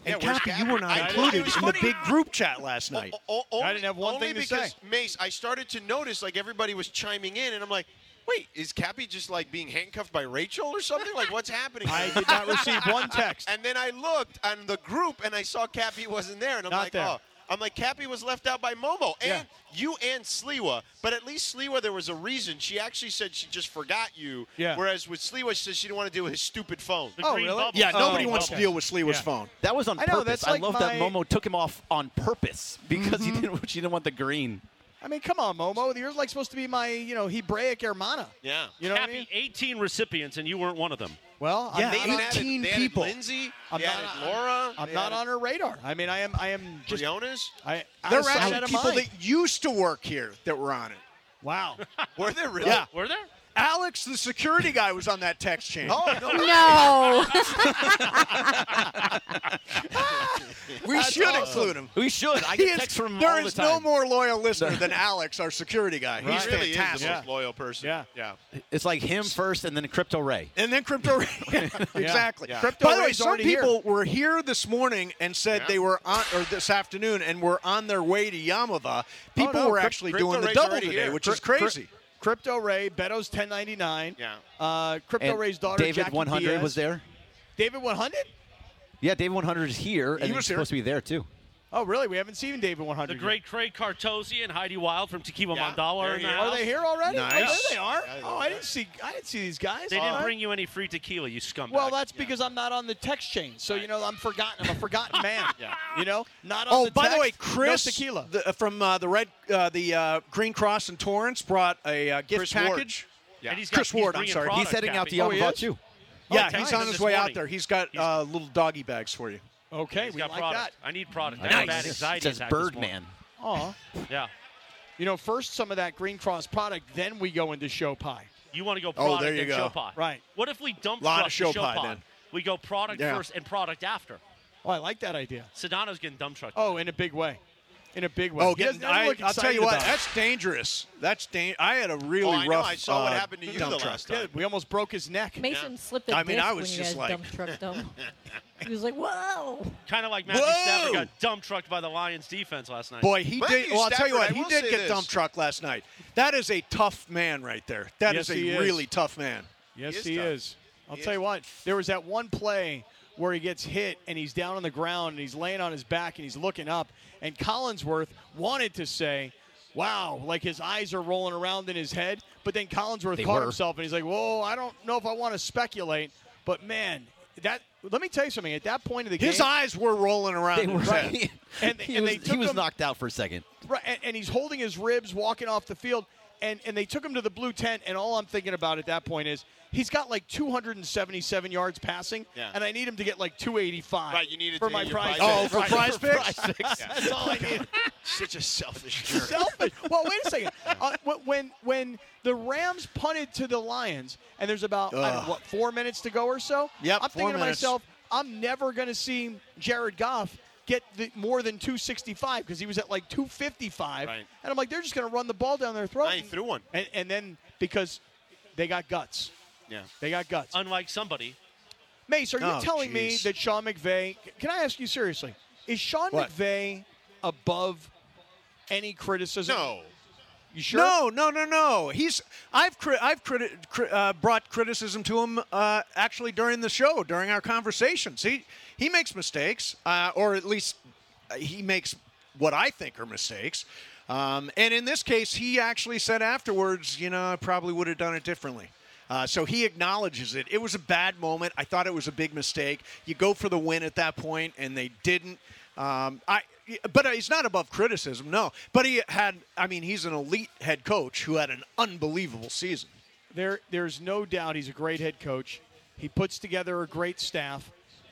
Speaker 3: And
Speaker 12: Yeah, where's
Speaker 3: Cappy,
Speaker 12: Cappy?
Speaker 3: you were not
Speaker 12: I- it
Speaker 3: included
Speaker 12: was
Speaker 3: in the
Speaker 12: funny. oh,
Speaker 3: big group chat last night.
Speaker 12: O- only,
Speaker 13: I didn't have one
Speaker 12: only
Speaker 13: thing to
Speaker 12: because,
Speaker 13: say.
Speaker 12: Mace, I started to notice like everybody was chiming in, and I'm like, wait, is Cappy just like being handcuffed by Rachel or something? Like, what's happening?
Speaker 13: I did not receive one text.
Speaker 12: And then I looked on the group, and I saw Cappy wasn't there, and I'm
Speaker 13: Not
Speaker 12: like,
Speaker 13: there.
Speaker 12: oh. I'm like Cappy was left out by Momo and
Speaker 13: Yeah.
Speaker 12: you and Sliwa, but at least Sliwa there was a reason. She actually said she just forgot you,
Speaker 3: Yeah.
Speaker 12: whereas with Sliwa she says she didn't want to deal with his stupid phone.
Speaker 3: The Oh, green really? bubble. Yeah, nobody wants to deal with Sliwa's
Speaker 12: Yeah.
Speaker 3: phone.
Speaker 1: That was on
Speaker 12: I know,
Speaker 1: purpose.
Speaker 12: that's
Speaker 1: I
Speaker 12: like
Speaker 1: love that
Speaker 12: my-
Speaker 1: Momo took him off on purpose because he didn't. She didn't want the green.
Speaker 13: I mean, come on, Momo. You're like supposed to be my, you know, Hebraic hermana.
Speaker 12: Yeah.
Speaker 13: You know what I
Speaker 11: Cappy, 18 recipients, and you weren't one of them.
Speaker 13: Well, I'm
Speaker 11: Yeah,
Speaker 13: not-
Speaker 11: they even added-
Speaker 12: 18 they added people. Lindsay,
Speaker 13: I'm
Speaker 12: they
Speaker 13: not,
Speaker 12: added Laura,
Speaker 13: I'm
Speaker 12: they
Speaker 13: not
Speaker 12: added-
Speaker 13: on her radar. I mean, I am. I am just.
Speaker 12: Briones?
Speaker 13: I.
Speaker 3: There
Speaker 13: They're
Speaker 3: were actually
Speaker 13: of
Speaker 3: people
Speaker 13: mind.
Speaker 3: that used to work here that were on it.
Speaker 13: Wow.
Speaker 12: were there really?
Speaker 3: Yeah.
Speaker 11: Were there?
Speaker 3: Alex, the security guy, was on that text chain.
Speaker 12: Oh, no.
Speaker 3: we
Speaker 1: That's
Speaker 3: should
Speaker 1: awesome.
Speaker 3: include him.
Speaker 1: We should. I
Speaker 3: He
Speaker 1: get
Speaker 3: is-
Speaker 1: texts from him
Speaker 3: There
Speaker 1: all the
Speaker 3: is no
Speaker 1: time.
Speaker 3: more loyal listener than Alex, our security guy. He's
Speaker 1: He really is the
Speaker 3: fantastic.
Speaker 1: most
Speaker 12: loyal person. Yeah. Yeah.
Speaker 1: It's like him first, and then Crypto Ray.
Speaker 3: And then Crypto Ray. exactly.
Speaker 1: Yeah.
Speaker 3: By the way,
Speaker 1: Ray's
Speaker 3: some
Speaker 1: already here.
Speaker 3: people were here this morning and said
Speaker 1: Yeah.
Speaker 3: they were on, or this afternoon, and were on their way to Yamava. People
Speaker 13: Oh, no,
Speaker 3: were
Speaker 13: Cryp-
Speaker 3: actually
Speaker 13: Crypto
Speaker 3: doing the
Speaker 13: Ray's
Speaker 3: double
Speaker 13: already
Speaker 3: today,
Speaker 13: here.
Speaker 3: which
Speaker 13: Cryp-
Speaker 3: is crazy.
Speaker 13: Cryp- Crypto Ray, Beto's 1099.
Speaker 12: Yeah.
Speaker 13: Uh, Crypto
Speaker 1: And
Speaker 13: Ray's daughter,
Speaker 1: David
Speaker 13: Jackie
Speaker 1: 100
Speaker 13: Diaz.
Speaker 1: was there.
Speaker 13: David 100?
Speaker 1: Yeah, David 100 is here, and
Speaker 13: He
Speaker 1: he
Speaker 13: was
Speaker 1: was
Speaker 13: here.
Speaker 1: supposed to be there too.
Speaker 13: Oh, really? We haven't seen David 100.
Speaker 11: The great Craig Cartosi and Heidi Wild from Tequila Mandala are in the
Speaker 13: Are
Speaker 11: house.
Speaker 13: they here already? Oh,
Speaker 11: Yeah.
Speaker 13: there they are. oh, I didn't see. I didn't see these guys.
Speaker 11: They
Speaker 13: All
Speaker 11: didn't
Speaker 13: right.
Speaker 11: bring you any free tequila, you scumbag.
Speaker 13: Well, that's because I'm not on the text chain. So you know, I'm forgotten. I'm a forgotten man. You know, not on
Speaker 3: Oh,
Speaker 13: the
Speaker 3: by the
Speaker 13: text,
Speaker 3: way, Chris
Speaker 13: no tequila.
Speaker 3: the- uh, from uh, the Red, uh, the uh, Green Cross in Torrance brought a uh, gift
Speaker 12: Chris Ward.
Speaker 3: package.
Speaker 12: Yeah. And he's got-
Speaker 3: Chris
Speaker 12: he's
Speaker 3: Ward. I'm
Speaker 12: bringing
Speaker 3: sorry.
Speaker 12: product, He's heading out Cappy. to
Speaker 3: Oh, he
Speaker 12: Yamava
Speaker 3: is?
Speaker 12: too.
Speaker 3: Yeah,
Speaker 11: Oh,
Speaker 3: he's on
Speaker 11: nice. This
Speaker 3: his way
Speaker 11: morning.
Speaker 3: out there. He's got uh, little doggy bags for you.
Speaker 13: Okay,
Speaker 11: He's
Speaker 13: we
Speaker 11: got
Speaker 13: like
Speaker 11: product.
Speaker 13: that.
Speaker 11: I need product.
Speaker 3: Nice.
Speaker 11: I have a bad anxiety
Speaker 3: It says
Speaker 11: attack this
Speaker 3: Birdman.
Speaker 11: morning.
Speaker 13: Aw.
Speaker 11: Yeah.
Speaker 13: You know, first some of that Green Cross product, then we go into show pie.
Speaker 11: You want to go
Speaker 13: Oh,
Speaker 11: product
Speaker 13: there you
Speaker 11: and
Speaker 13: go.
Speaker 11: show pie.
Speaker 13: Right.
Speaker 11: What if we dump
Speaker 13: Lot of
Speaker 11: truck to
Speaker 13: show pie, then.
Speaker 11: We go product
Speaker 13: Yeah.
Speaker 11: first and product after.
Speaker 13: Oh, I like that idea.
Speaker 11: Sedano's getting dump truck.
Speaker 13: Oh, in a big way. In a big way.
Speaker 3: Oh,
Speaker 13: He doesn't-
Speaker 3: getting,
Speaker 13: doesn't
Speaker 3: I,
Speaker 13: look
Speaker 3: I'll tell
Speaker 13: excited
Speaker 3: you what,
Speaker 13: about it.
Speaker 3: that's dangerous. That's dan- I had a really
Speaker 13: Oh, I know.
Speaker 3: rough.
Speaker 13: I saw what
Speaker 3: uh,
Speaker 13: happened to you
Speaker 3: dump
Speaker 13: the
Speaker 3: truck.
Speaker 13: last time. We almost broke his neck.
Speaker 14: Mason
Speaker 3: Yeah.
Speaker 14: slipped a
Speaker 3: I mean,
Speaker 14: disc
Speaker 3: I
Speaker 14: when
Speaker 3: was
Speaker 14: you
Speaker 3: just
Speaker 14: guys
Speaker 3: like-
Speaker 14: dump trucked him. he was like, "Whoa!"
Speaker 11: Kind of like Matthew
Speaker 3: Whoa!
Speaker 11: Stafford got dump trucked by the Lions defense last night.
Speaker 3: Boy, he did. Well, I'll tell you what, he did get dump truck last night. That is a tough man right there. That
Speaker 13: Yes,
Speaker 3: is
Speaker 13: he is.
Speaker 3: a really tough man.
Speaker 13: Yes,
Speaker 3: He
Speaker 13: he
Speaker 3: is
Speaker 13: is.
Speaker 3: tough.
Speaker 13: I'll
Speaker 3: He
Speaker 13: tell
Speaker 3: is
Speaker 13: you what. There was that one play where he gets hit and he's down on the ground and he's laying on his back and he's looking up and Collinsworth wanted to say, "Wow!" Like his eyes are rolling around in his head, but then Collinsworth
Speaker 15: They
Speaker 13: caught
Speaker 15: were.
Speaker 13: himself and he's like, "Whoa! I don't know if I want to speculate, but man, that." Let me tell you something. At that point of the game,
Speaker 3: His eyes were rolling around.
Speaker 13: They
Speaker 3: in
Speaker 13: were-
Speaker 3: his head.
Speaker 13: Right. And-
Speaker 1: he
Speaker 13: and
Speaker 1: was,
Speaker 13: they
Speaker 1: he
Speaker 13: took
Speaker 1: was
Speaker 13: him-
Speaker 1: knocked out for a second.
Speaker 13: Right, and, and he's holding his ribs, walking off the field, and, and they took him to the blue tent. And all I'm thinking about at that point is he's got like 277 yards passing,
Speaker 12: Yeah.
Speaker 13: and I need him to get like 285.
Speaker 12: Right, you need it
Speaker 13: for
Speaker 12: to
Speaker 13: my
Speaker 12: hit your
Speaker 13: prize.
Speaker 12: prize Oh, picks. for
Speaker 13: Right,
Speaker 12: prize picks?
Speaker 13: prize picks.
Speaker 12: Yeah.
Speaker 13: That's all I need.
Speaker 12: Such a selfish jerk.
Speaker 13: Selfish. Well, wait a second. Uh, wh- when when the Rams punted to the Lions, and there's about I don't
Speaker 3: Ugh.
Speaker 13: know, what four minutes to go or so.
Speaker 3: Yep,
Speaker 13: I'm
Speaker 3: four
Speaker 13: thinking to
Speaker 3: minutes.
Speaker 13: myself, I'm never going to see Jared Goff get the, more than 265 because he was at like 255. And I'm like, they're just going to run the ball down their throat. he threw
Speaker 12: one.
Speaker 13: And, and then because they got guts.
Speaker 12: Yeah.
Speaker 13: They got guts.
Speaker 11: Unlike somebody.
Speaker 13: Mace, are you
Speaker 11: Oh,
Speaker 13: telling me
Speaker 11: jeez.
Speaker 13: that Sean McVay? Can I ask you seriously? Is Sean
Speaker 3: What?
Speaker 13: McVay above any criticism?
Speaker 3: No.
Speaker 13: You sure?
Speaker 3: No, no, no, no. He's I've cri- I've criti- cri- uh, brought criticism to him uh, actually during the show, during our conversations. He he makes mistakes, uh, or at least uh, he makes what I think are mistakes. Um, and in this case, he actually said afterwards, you know, I probably would have done it differently. Uh, so he acknowledges it. It was a bad moment. I thought it was a big mistake. You go for the win at that point, and they didn't. Um, I, but he's not above criticism, no. But he had, I mean, he's an elite head coach who had an unbelievable season.
Speaker 13: There, there's no doubt he's a great head coach. He puts together a great staff,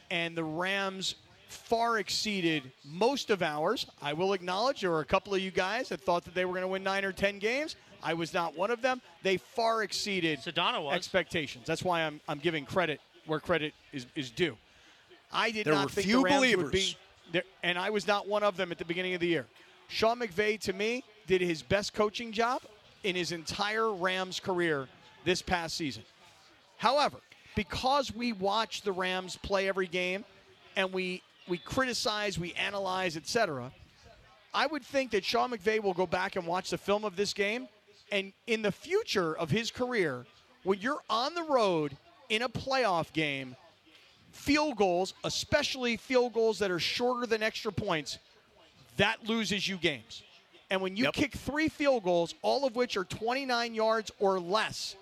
Speaker 13: and the Rams far exceeded most of ours. I will acknowledge there were a couple of you guys that thought that they were going to win nine or ten games. I was not one of them. They far exceeded expectations. That's why I'm, I'm giving credit where credit is, is due. I did
Speaker 3: There
Speaker 13: not
Speaker 3: were
Speaker 13: think
Speaker 3: few
Speaker 13: the Rams
Speaker 3: believers.
Speaker 13: would be there, and I was not one of them at the beginning of the year. Sean McVay, to me, did his best coaching job in his entire Rams career this past season. However, because we watch the Rams play every game, and we we criticize, we analyze, etc. I would think that Sean McVay will go back and watch the film of this game, and in the future of his career, when you're on the road in a playoff game, field goals, especially field goals that are shorter than extra points, that loses you games. And when you kick three field goals, all of which are 29 yards or less,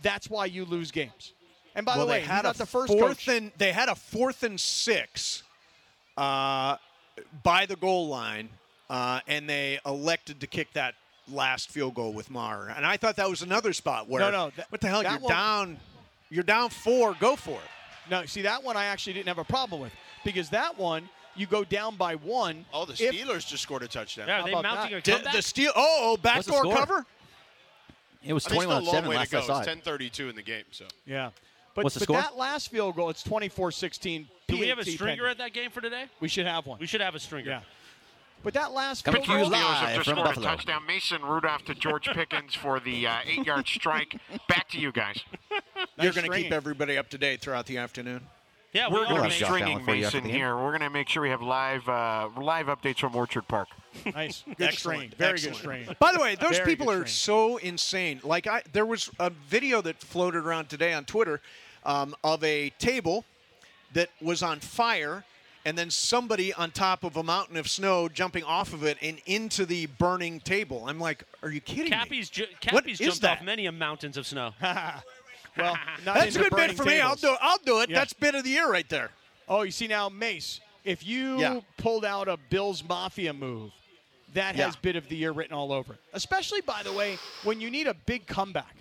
Speaker 13: that's why you lose games. And by
Speaker 3: Well,
Speaker 13: the
Speaker 3: they
Speaker 13: way, he's
Speaker 3: had
Speaker 13: not
Speaker 3: a
Speaker 13: the first
Speaker 3: fourth
Speaker 13: coach.
Speaker 3: And, they had a fourth and six uh, by the goal line, uh, and they elected to kick that last field goal with Maher. And I thought that was another spot where
Speaker 13: No, no, that-
Speaker 3: what the hell?
Speaker 13: that
Speaker 3: You're
Speaker 13: one-
Speaker 3: down. You're down four. Go for it.
Speaker 13: No, see that one I actually didn't have a problem with because that one you go down by one.
Speaker 12: Oh, the
Speaker 13: If-
Speaker 12: Steelers just scored a touchdown.
Speaker 13: Yeah, are they How about mounting that? a
Speaker 12: Did-
Speaker 13: comeback?
Speaker 12: the
Speaker 3: Steel. Oh, oh
Speaker 12: What's the
Speaker 3: backdoor
Speaker 12: score?
Speaker 3: cover.
Speaker 1: It was
Speaker 12: I mean, it's still
Speaker 1: 21
Speaker 12: a long
Speaker 1: 7
Speaker 12: way
Speaker 1: last
Speaker 12: to
Speaker 1: I
Speaker 12: go.
Speaker 1: saw
Speaker 12: It's
Speaker 1: it.
Speaker 12: 10:32 in the game. So
Speaker 13: Yeah, but,
Speaker 1: What's the
Speaker 13: but
Speaker 1: score?
Speaker 13: that last field goal it's 24-16.
Speaker 11: Do we have a
Speaker 13: PAT
Speaker 11: stringer
Speaker 13: pending.
Speaker 11: at that game for today?
Speaker 13: We should have one.
Speaker 11: We should have a stringer.
Speaker 13: Yeah. But that last
Speaker 11: Coming
Speaker 13: field
Speaker 11: to you
Speaker 13: goal-
Speaker 11: live Steelers have just from scored a Buffalo.
Speaker 16: touchdown. Mason Rudolph to George Pickens for the uh, eight-yard strike. Back to you guys.
Speaker 3: You're going to
Speaker 16: stringing.
Speaker 3: keep everybody up to date throughout the afternoon.
Speaker 11: Yeah,
Speaker 16: we're
Speaker 3: all
Speaker 16: going to be
Speaker 3: make-
Speaker 16: stringing Mason here. We're going to make sure we have live uh, live updates from Orchard Park.
Speaker 13: Nice,
Speaker 16: Excellent.
Speaker 13: good string, very
Speaker 16: Excellent.
Speaker 13: good string.
Speaker 3: By the way, those
Speaker 13: Very
Speaker 3: people
Speaker 13: good
Speaker 3: are
Speaker 13: string.
Speaker 3: so insane. Like I, there was a video that floated around today on Twitter um, of a table that was on fire, and then somebody on top of a mountain of snow jumping off of it and into the burning table. I'm like, are you kidding me?
Speaker 11: Cappy's, ju-
Speaker 3: What
Speaker 11: Cappy's
Speaker 3: is
Speaker 11: jumped
Speaker 3: that?
Speaker 11: off many a mountains of snow.
Speaker 13: well,
Speaker 3: That's a good bid for me. I'll do. I'll do it. That's bid of the year right there.
Speaker 13: Oh, you see now, Mace. If you
Speaker 3: Yeah.
Speaker 13: pulled out a Bills Mafia move, that
Speaker 3: Yeah.
Speaker 13: has bid of the year written all over it. Especially, by the way, when you need a big comeback.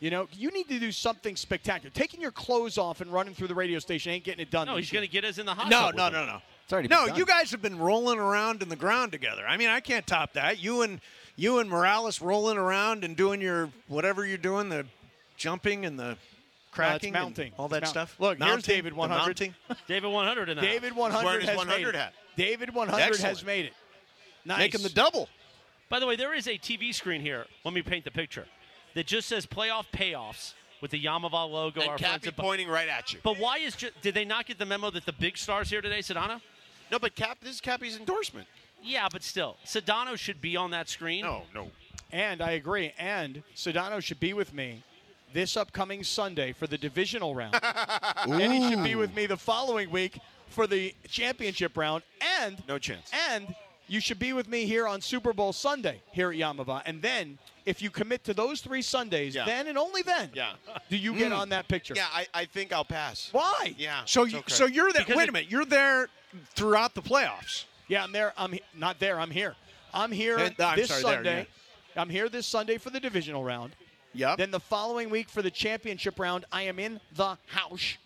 Speaker 13: You know, you need to do something spectacular. Taking your clothes off and running through the radio station ain't getting it done.
Speaker 11: No, he's going to get us in the hot
Speaker 3: No,
Speaker 11: tub
Speaker 3: no,
Speaker 11: with
Speaker 3: no,
Speaker 11: him.
Speaker 3: no. no, you guys have been rolling around in the ground together. I mean, I can't top that. You and you and Morales rolling around and doing your whatever you're doing, the jumping and the cracking, and
Speaker 13: mounting.
Speaker 3: all
Speaker 13: It's
Speaker 3: that
Speaker 13: mount-
Speaker 3: stuff.
Speaker 13: Look, here's
Speaker 3: Mounting,
Speaker 13: David
Speaker 3: the
Speaker 13: 100.
Speaker 3: mounting.
Speaker 11: David 100 and
Speaker 13: David 100 has made it. David 100 has
Speaker 11: Excellent.
Speaker 13: made it. Nice.
Speaker 11: Make him the
Speaker 3: double.
Speaker 11: By the way, there is a TV screen here. Let me paint the picture. That just says playoff payoffs with the Yamava logo.
Speaker 12: And
Speaker 11: our
Speaker 12: Cappy
Speaker 11: friends at Bu-
Speaker 12: pointing right at you.
Speaker 11: But why is ju- did they not get the memo that the big stars here today, Sedano?
Speaker 12: No, but Cap. This is Cappy's endorsement.
Speaker 11: Yeah, but still, Sedano should be on that screen.
Speaker 12: No, no.
Speaker 13: And I agree. And Sedano should be with me this upcoming Sunday for the divisional round. and he should be with me the following week for the championship round. And
Speaker 12: no chance.
Speaker 13: And you should be with me here on Super Bowl Sunday here at Yamava. And then, if you commit to those three Sundays,
Speaker 12: Yeah.
Speaker 13: then and only then,
Speaker 12: Yeah.
Speaker 13: do you get
Speaker 12: Mm.
Speaker 13: on that picture.
Speaker 12: Yeah, I, I think I'll pass.
Speaker 13: Why?
Speaker 12: Yeah.
Speaker 3: So
Speaker 12: it's
Speaker 3: you,
Speaker 12: okay.
Speaker 3: so you're there. Wait a minute. You're there throughout the playoffs.
Speaker 13: Yeah, I'm there. I'm he- not there. I'm here. I'm here
Speaker 3: Eh, I'm
Speaker 13: this
Speaker 3: sorry, there,
Speaker 13: Sunday. I'm here this Sunday for the divisional round.
Speaker 3: Yep.
Speaker 13: Then the following week for the championship round, I am in the house.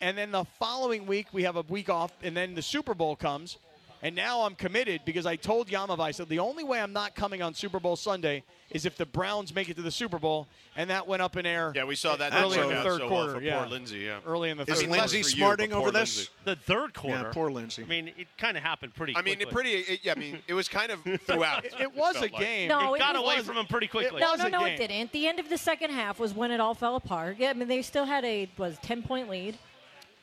Speaker 13: And then the following week we have a week off, and then the Super Bowl comes. And now I'm committed because I told Yamava, I said the only way I'm not coming on Super Bowl Sunday is if the Browns make it to the Super Bowl, and that went up in air.
Speaker 12: Yeah, we saw that not
Speaker 13: early in
Speaker 12: work
Speaker 13: the
Speaker 12: out
Speaker 13: third
Speaker 12: so well
Speaker 13: quarter.
Speaker 12: for
Speaker 13: yeah.
Speaker 12: poor Lindsey, yeah.
Speaker 13: Early in the
Speaker 12: Is
Speaker 13: third
Speaker 12: he
Speaker 13: quarter.
Speaker 12: Lindsey for you, smarting but over poor this? Lindsey.
Speaker 11: The third quarter.
Speaker 12: poor Lindsey.
Speaker 11: I mean, it kind of happened pretty.
Speaker 12: I mean, it
Speaker 11: quickly.
Speaker 12: pretty. It, yeah, I mean, it was kind of throughout.
Speaker 13: It, was
Speaker 12: felt
Speaker 13: a
Speaker 12: like.
Speaker 13: game.
Speaker 14: No,
Speaker 11: it got
Speaker 14: was-
Speaker 11: away from him pretty quickly.
Speaker 14: No, no, no, it didn't. The end of the second half was when it all fell apart. Yeah, I mean, they still had a was ten point lead.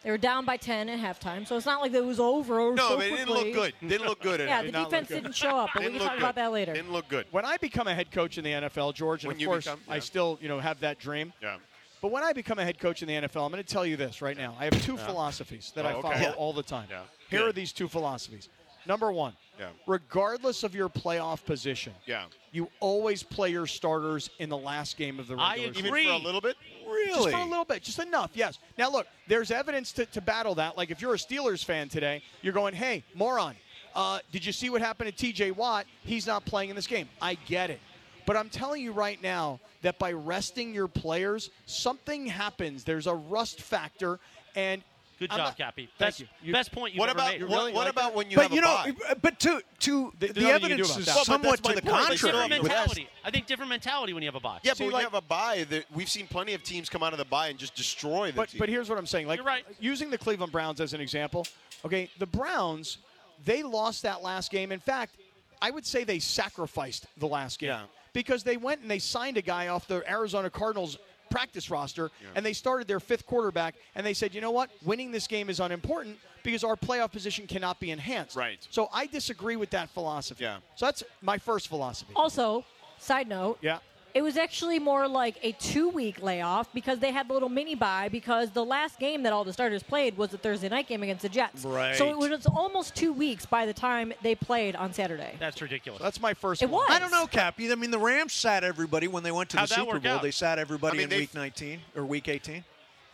Speaker 14: They were down by ten at halftime, so it's not like it was over.
Speaker 12: No,
Speaker 14: so
Speaker 12: but it didn't
Speaker 14: quickly.
Speaker 12: look good. Didn't look good.
Speaker 14: Yeah, the defense didn't show up, but we can talk about that later.
Speaker 12: Didn't look good.
Speaker 13: When I become a head coach in the NFL, George, and
Speaker 12: When
Speaker 13: of
Speaker 12: you
Speaker 13: course
Speaker 12: become-
Speaker 13: I
Speaker 12: yeah.
Speaker 13: still, you know, have that dream.
Speaker 12: Yeah.
Speaker 13: But when I become a head coach in the NFL, I'm going to tell you this right now. I have two
Speaker 12: Yeah.
Speaker 13: philosophies that
Speaker 12: Oh,
Speaker 13: I
Speaker 12: okay.
Speaker 13: follow
Speaker 12: Yeah.
Speaker 13: all the time.
Speaker 12: Yeah.
Speaker 13: Here
Speaker 12: Good.
Speaker 13: are these two philosophies. Number one,
Speaker 12: Yeah.
Speaker 13: regardless of your playoff position,
Speaker 12: Yeah.
Speaker 13: you always play your starters in the last game of the regular
Speaker 12: I
Speaker 13: season.
Speaker 12: agree. Even for a little bit?
Speaker 13: Just for a
Speaker 12: Really?
Speaker 13: little bit. Just enough, yes. Now, look, there's evidence to, to battle that. Like, if you're a Steelers fan today, you're going, hey, moron, uh, did you see what happened to TJ Watt? He's not playing in this game. I get it. But I'm telling you right now that by resting your players, something happens. There's a rust factor, and
Speaker 11: Good
Speaker 13: I'm
Speaker 11: job,
Speaker 13: not-
Speaker 11: Cappy.
Speaker 13: Thank
Speaker 11: Best-
Speaker 13: you.
Speaker 11: best point you've
Speaker 13: What
Speaker 11: ever
Speaker 13: about-
Speaker 11: made.
Speaker 13: you really like that?
Speaker 3: but you know, but to to the,
Speaker 13: nothing you can do
Speaker 3: evidence
Speaker 13: about
Speaker 3: is
Speaker 13: that. Well, but
Speaker 3: somewhat
Speaker 13: that's
Speaker 3: to
Speaker 13: my
Speaker 3: the
Speaker 13: point. Like,
Speaker 3: contrary.
Speaker 11: Different
Speaker 3: with us.
Speaker 11: mentality. I think different mentality when you have a bye.
Speaker 12: Yeah, but when you have a bye, that we've seen plenty of teams come out of the bye and just destroy the
Speaker 13: but,
Speaker 12: team.
Speaker 13: But here's what I'm saying. Like
Speaker 12: You're right.
Speaker 13: using the Cleveland Browns as an example. Okay, the Browns, they lost that last game. In fact, I would say they sacrificed the last game because they went and they signed a guy off the Arizona Cardinals practice roster and they started their fifth quarterback and they said, "You know what? Winning this game is unimportant because our playoff position cannot be enhanced." Right. So I disagree with that philosophy. Yeah. So that's my first philosophy.
Speaker 14: Also, side note.
Speaker 13: Yeah.
Speaker 14: It was actually more like a two-week layoff because they had the little mini bye because the last game that all the starters played was the Thursday night game against the Jets. So
Speaker 13: Right.
Speaker 14: it was almost two weeks by the time they played on Saturday.
Speaker 11: That's ridiculous.
Speaker 13: That's my first.
Speaker 14: It was.
Speaker 3: I don't know, Cappy. I mean, the Rams sat everybody when they went to
Speaker 13: How'd
Speaker 3: the
Speaker 13: that
Speaker 3: Super
Speaker 13: work
Speaker 3: Bowl.
Speaker 13: out?
Speaker 3: They sat everybody
Speaker 13: I mean,
Speaker 3: in
Speaker 13: they-
Speaker 3: Week 19 or Week 18.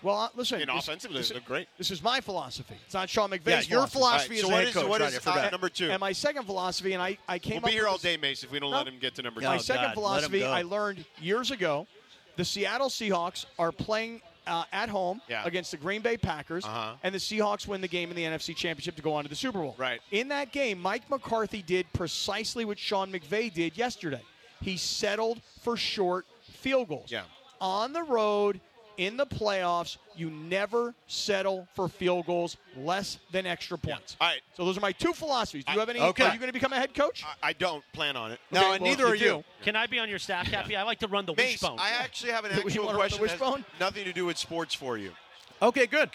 Speaker 13: Well, uh, listen.
Speaker 12: And
Speaker 13: this-
Speaker 12: offensively,
Speaker 13: this,
Speaker 12: they look great.
Speaker 13: This is my philosophy. It's not Sean McVay's.
Speaker 12: Yeah, your philosophy
Speaker 13: All
Speaker 12: is All right, so
Speaker 13: the
Speaker 12: what
Speaker 13: head
Speaker 12: is- what
Speaker 13: coach.
Speaker 12: is, uh, number two?
Speaker 13: And my second philosophy, and I, I came up
Speaker 12: We'll be here
Speaker 13: with
Speaker 12: all
Speaker 13: this-
Speaker 12: day, Mace, if we don't
Speaker 13: No.
Speaker 12: let him get to number two.
Speaker 13: My second philosophy I learned years ago. The Seattle Seahawks are playing uh, at home
Speaker 12: Yeah.
Speaker 13: against the Green Bay Packers,
Speaker 12: Uh-huh.
Speaker 13: and the Seahawks win the game in the NFC Championship to go on to the Super Bowl.
Speaker 12: Right.
Speaker 13: In that game, Mike McCarthy did precisely what Sean McVay did yesterday. He settled for short field goals.
Speaker 12: Yeah.
Speaker 13: On the road, in the playoffs, you never settle for field goals less than extra points.
Speaker 12: All right.
Speaker 13: So those are my two philosophies. Do you have any?
Speaker 12: okay.
Speaker 13: Are you going to become a head coach?
Speaker 12: I, I don't plan on it.
Speaker 13: No, and neither are you.
Speaker 11: Can I be on your staff, Cappy? I like to run the
Speaker 12: Mace,
Speaker 11: wishbone.
Speaker 12: I actually have an
Speaker 11: You
Speaker 12: actual
Speaker 11: wanna run the
Speaker 12: question. that has
Speaker 11: wishbone?
Speaker 12: Nothing to do with sports for you.
Speaker 3: Okay, good.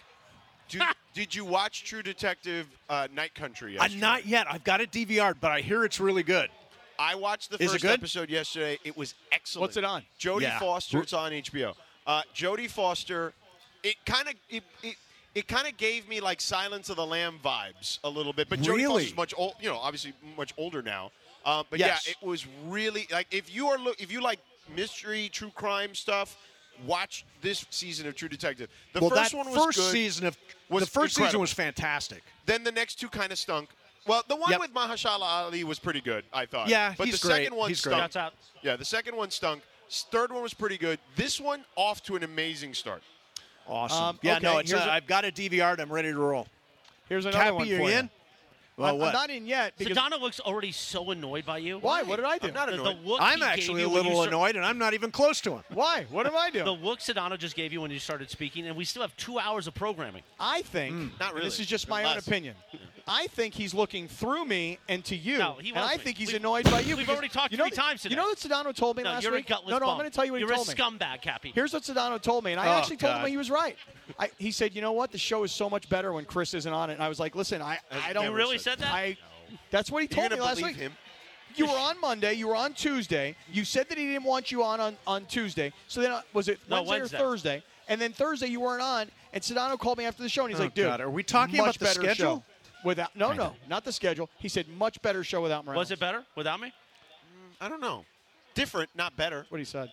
Speaker 12: Do, did you watch True Detective uh, Night Country
Speaker 3: Uh,
Speaker 12: yesterday?
Speaker 3: not yet. I've got it DVR'd, but I hear it's really good.
Speaker 12: I watched the
Speaker 3: Is it
Speaker 12: first
Speaker 3: good?
Speaker 12: episode yesterday. It was excellent.
Speaker 3: What's it on?
Speaker 12: Jodie
Speaker 3: Yeah.
Speaker 12: Foster. It's on HBO. Uh, Jodie Foster. It kind of it, it it kind of gave me like Silence of the Lamb vibes a little bit. But Jody Foster
Speaker 3: Really?
Speaker 12: is much old, you know, obviously much older now. Uh, but
Speaker 3: Yes.
Speaker 12: yeah, it was really like if you are look if you like mystery true crime stuff. Watch this season of True Detective. The
Speaker 3: well,
Speaker 12: first
Speaker 3: that
Speaker 12: one was
Speaker 3: first
Speaker 12: good.
Speaker 3: season of
Speaker 12: was
Speaker 3: the first season
Speaker 12: incredible.
Speaker 3: was fantastic.
Speaker 12: Then the next two kind of stunk. Well, the one
Speaker 3: Yep.
Speaker 12: with Mahashala Ali was pretty good, I thought.
Speaker 3: Yeah,
Speaker 12: but
Speaker 3: he's
Speaker 12: the
Speaker 3: great.
Speaker 12: second one
Speaker 3: He's great.
Speaker 12: stunk.
Speaker 3: Shouts out.
Speaker 12: Yeah, the second one stunk. S- Third one was pretty good. This one off to an amazing start.
Speaker 3: Awesome.
Speaker 12: Um,
Speaker 3: yeah,
Speaker 12: okay,
Speaker 3: no, it's, uh,
Speaker 12: here's a-
Speaker 3: I've got a DVR. I'm ready to roll.
Speaker 13: Here's
Speaker 11: another
Speaker 3: Cappy,
Speaker 11: one
Speaker 3: you
Speaker 11: for you.
Speaker 3: in? Well,
Speaker 11: I'm- I'm
Speaker 3: what?
Speaker 11: not
Speaker 13: in yet.
Speaker 11: Sedano looks already so annoyed by you.
Speaker 13: Why? What did I do?
Speaker 11: I'm not
Speaker 13: The- the
Speaker 11: annoyed.
Speaker 13: look
Speaker 3: I'm actually a little annoyed, and I'm not even close to him.
Speaker 13: Why? What am I doing?
Speaker 11: The look Sedano just gave you when you started speaking, and we still have two hours of programming.
Speaker 13: I think.
Speaker 11: Hmm. Not
Speaker 13: and
Speaker 11: really.
Speaker 13: This is just my own
Speaker 11: Unless-
Speaker 13: opinion. I think he's looking through me and to you.
Speaker 11: No, he
Speaker 13: and I
Speaker 11: wants me.
Speaker 13: think he's
Speaker 11: We've-
Speaker 13: annoyed by you.
Speaker 11: we've
Speaker 13: because
Speaker 11: already talked
Speaker 13: you know
Speaker 11: three
Speaker 13: that-
Speaker 11: times
Speaker 13: You know what Sedano told me
Speaker 11: No,
Speaker 13: last
Speaker 11: you're a
Speaker 13: week?
Speaker 11: gutless
Speaker 13: no, no, I'm
Speaker 11: bum.
Speaker 13: going to tell you what
Speaker 11: You're
Speaker 13: he
Speaker 11: a
Speaker 13: told me.
Speaker 11: scumbag, Cappy.
Speaker 13: Here's what Sedano told me, and I
Speaker 11: Oh,
Speaker 13: actually told him
Speaker 11: God.
Speaker 13: he was right. I, he said, "You know what? The show is so much better when Chris isn't on it." And I was like, "Listen, I, I don't."
Speaker 11: You really said that?
Speaker 13: I, that's what he
Speaker 11: You're
Speaker 13: told me
Speaker 11: gonna
Speaker 13: last
Speaker 11: believe
Speaker 13: week.
Speaker 11: him?
Speaker 13: You were on Monday. You were on Tuesday. You said that he didn't want you on on, on Tuesday. So then, uh, was it
Speaker 11: No,
Speaker 13: Wednesday,
Speaker 11: Wednesday.
Speaker 13: or Thursday? And then Thursday you weren't on. And Sedano called me after the show, and he's
Speaker 3: Oh,
Speaker 13: like, "Dude,
Speaker 3: God, are we talking
Speaker 13: much
Speaker 3: about the
Speaker 13: better
Speaker 3: schedule?
Speaker 13: Show without? No,
Speaker 11: Kinda.
Speaker 13: no, not the schedule. He said much better show without Morales.
Speaker 11: Was it better without me?
Speaker 12: I don't know. Different, not better.
Speaker 13: What he said.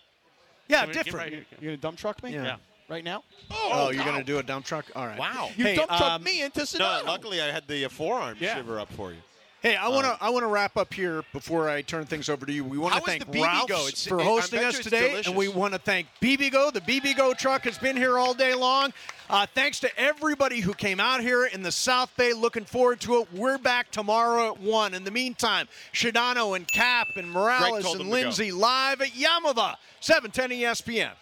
Speaker 3: Yeah,
Speaker 11: Give me- give
Speaker 3: different.
Speaker 11: me right
Speaker 13: You gonna dump truck me?
Speaker 3: Yeah. Yeah.
Speaker 13: Right now?
Speaker 3: Oh, you're gonna do a dump truck? All right.
Speaker 12: Wow.
Speaker 13: You
Speaker 3: hey,
Speaker 13: dump trucked
Speaker 3: um,
Speaker 13: me into
Speaker 12: No,
Speaker 13: Sedano.
Speaker 12: luckily I had the uh, forearm
Speaker 3: Yeah.
Speaker 12: shiver up for you.
Speaker 3: Hey, I want to I want to wrap up here before I turn things over to you. We want
Speaker 12: Um, How
Speaker 3: to
Speaker 12: is
Speaker 3: thank
Speaker 12: the BB
Speaker 3: Ralph's
Speaker 12: Go? It's-
Speaker 3: for
Speaker 12: it- I
Speaker 3: hosting
Speaker 12: bet
Speaker 3: us
Speaker 12: you it's
Speaker 3: today, and we
Speaker 12: delicious.
Speaker 3: want to thank BB Go. The BB Go truck has been here all day long. Uh, thanks to everybody who came out here in the South Bay. Looking forward to it. We're back tomorrow at one. In the meantime, Shadano and Cap and Morales and
Speaker 12: told them to go.
Speaker 3: E Lindsay live at Yamava, 710 ESPN.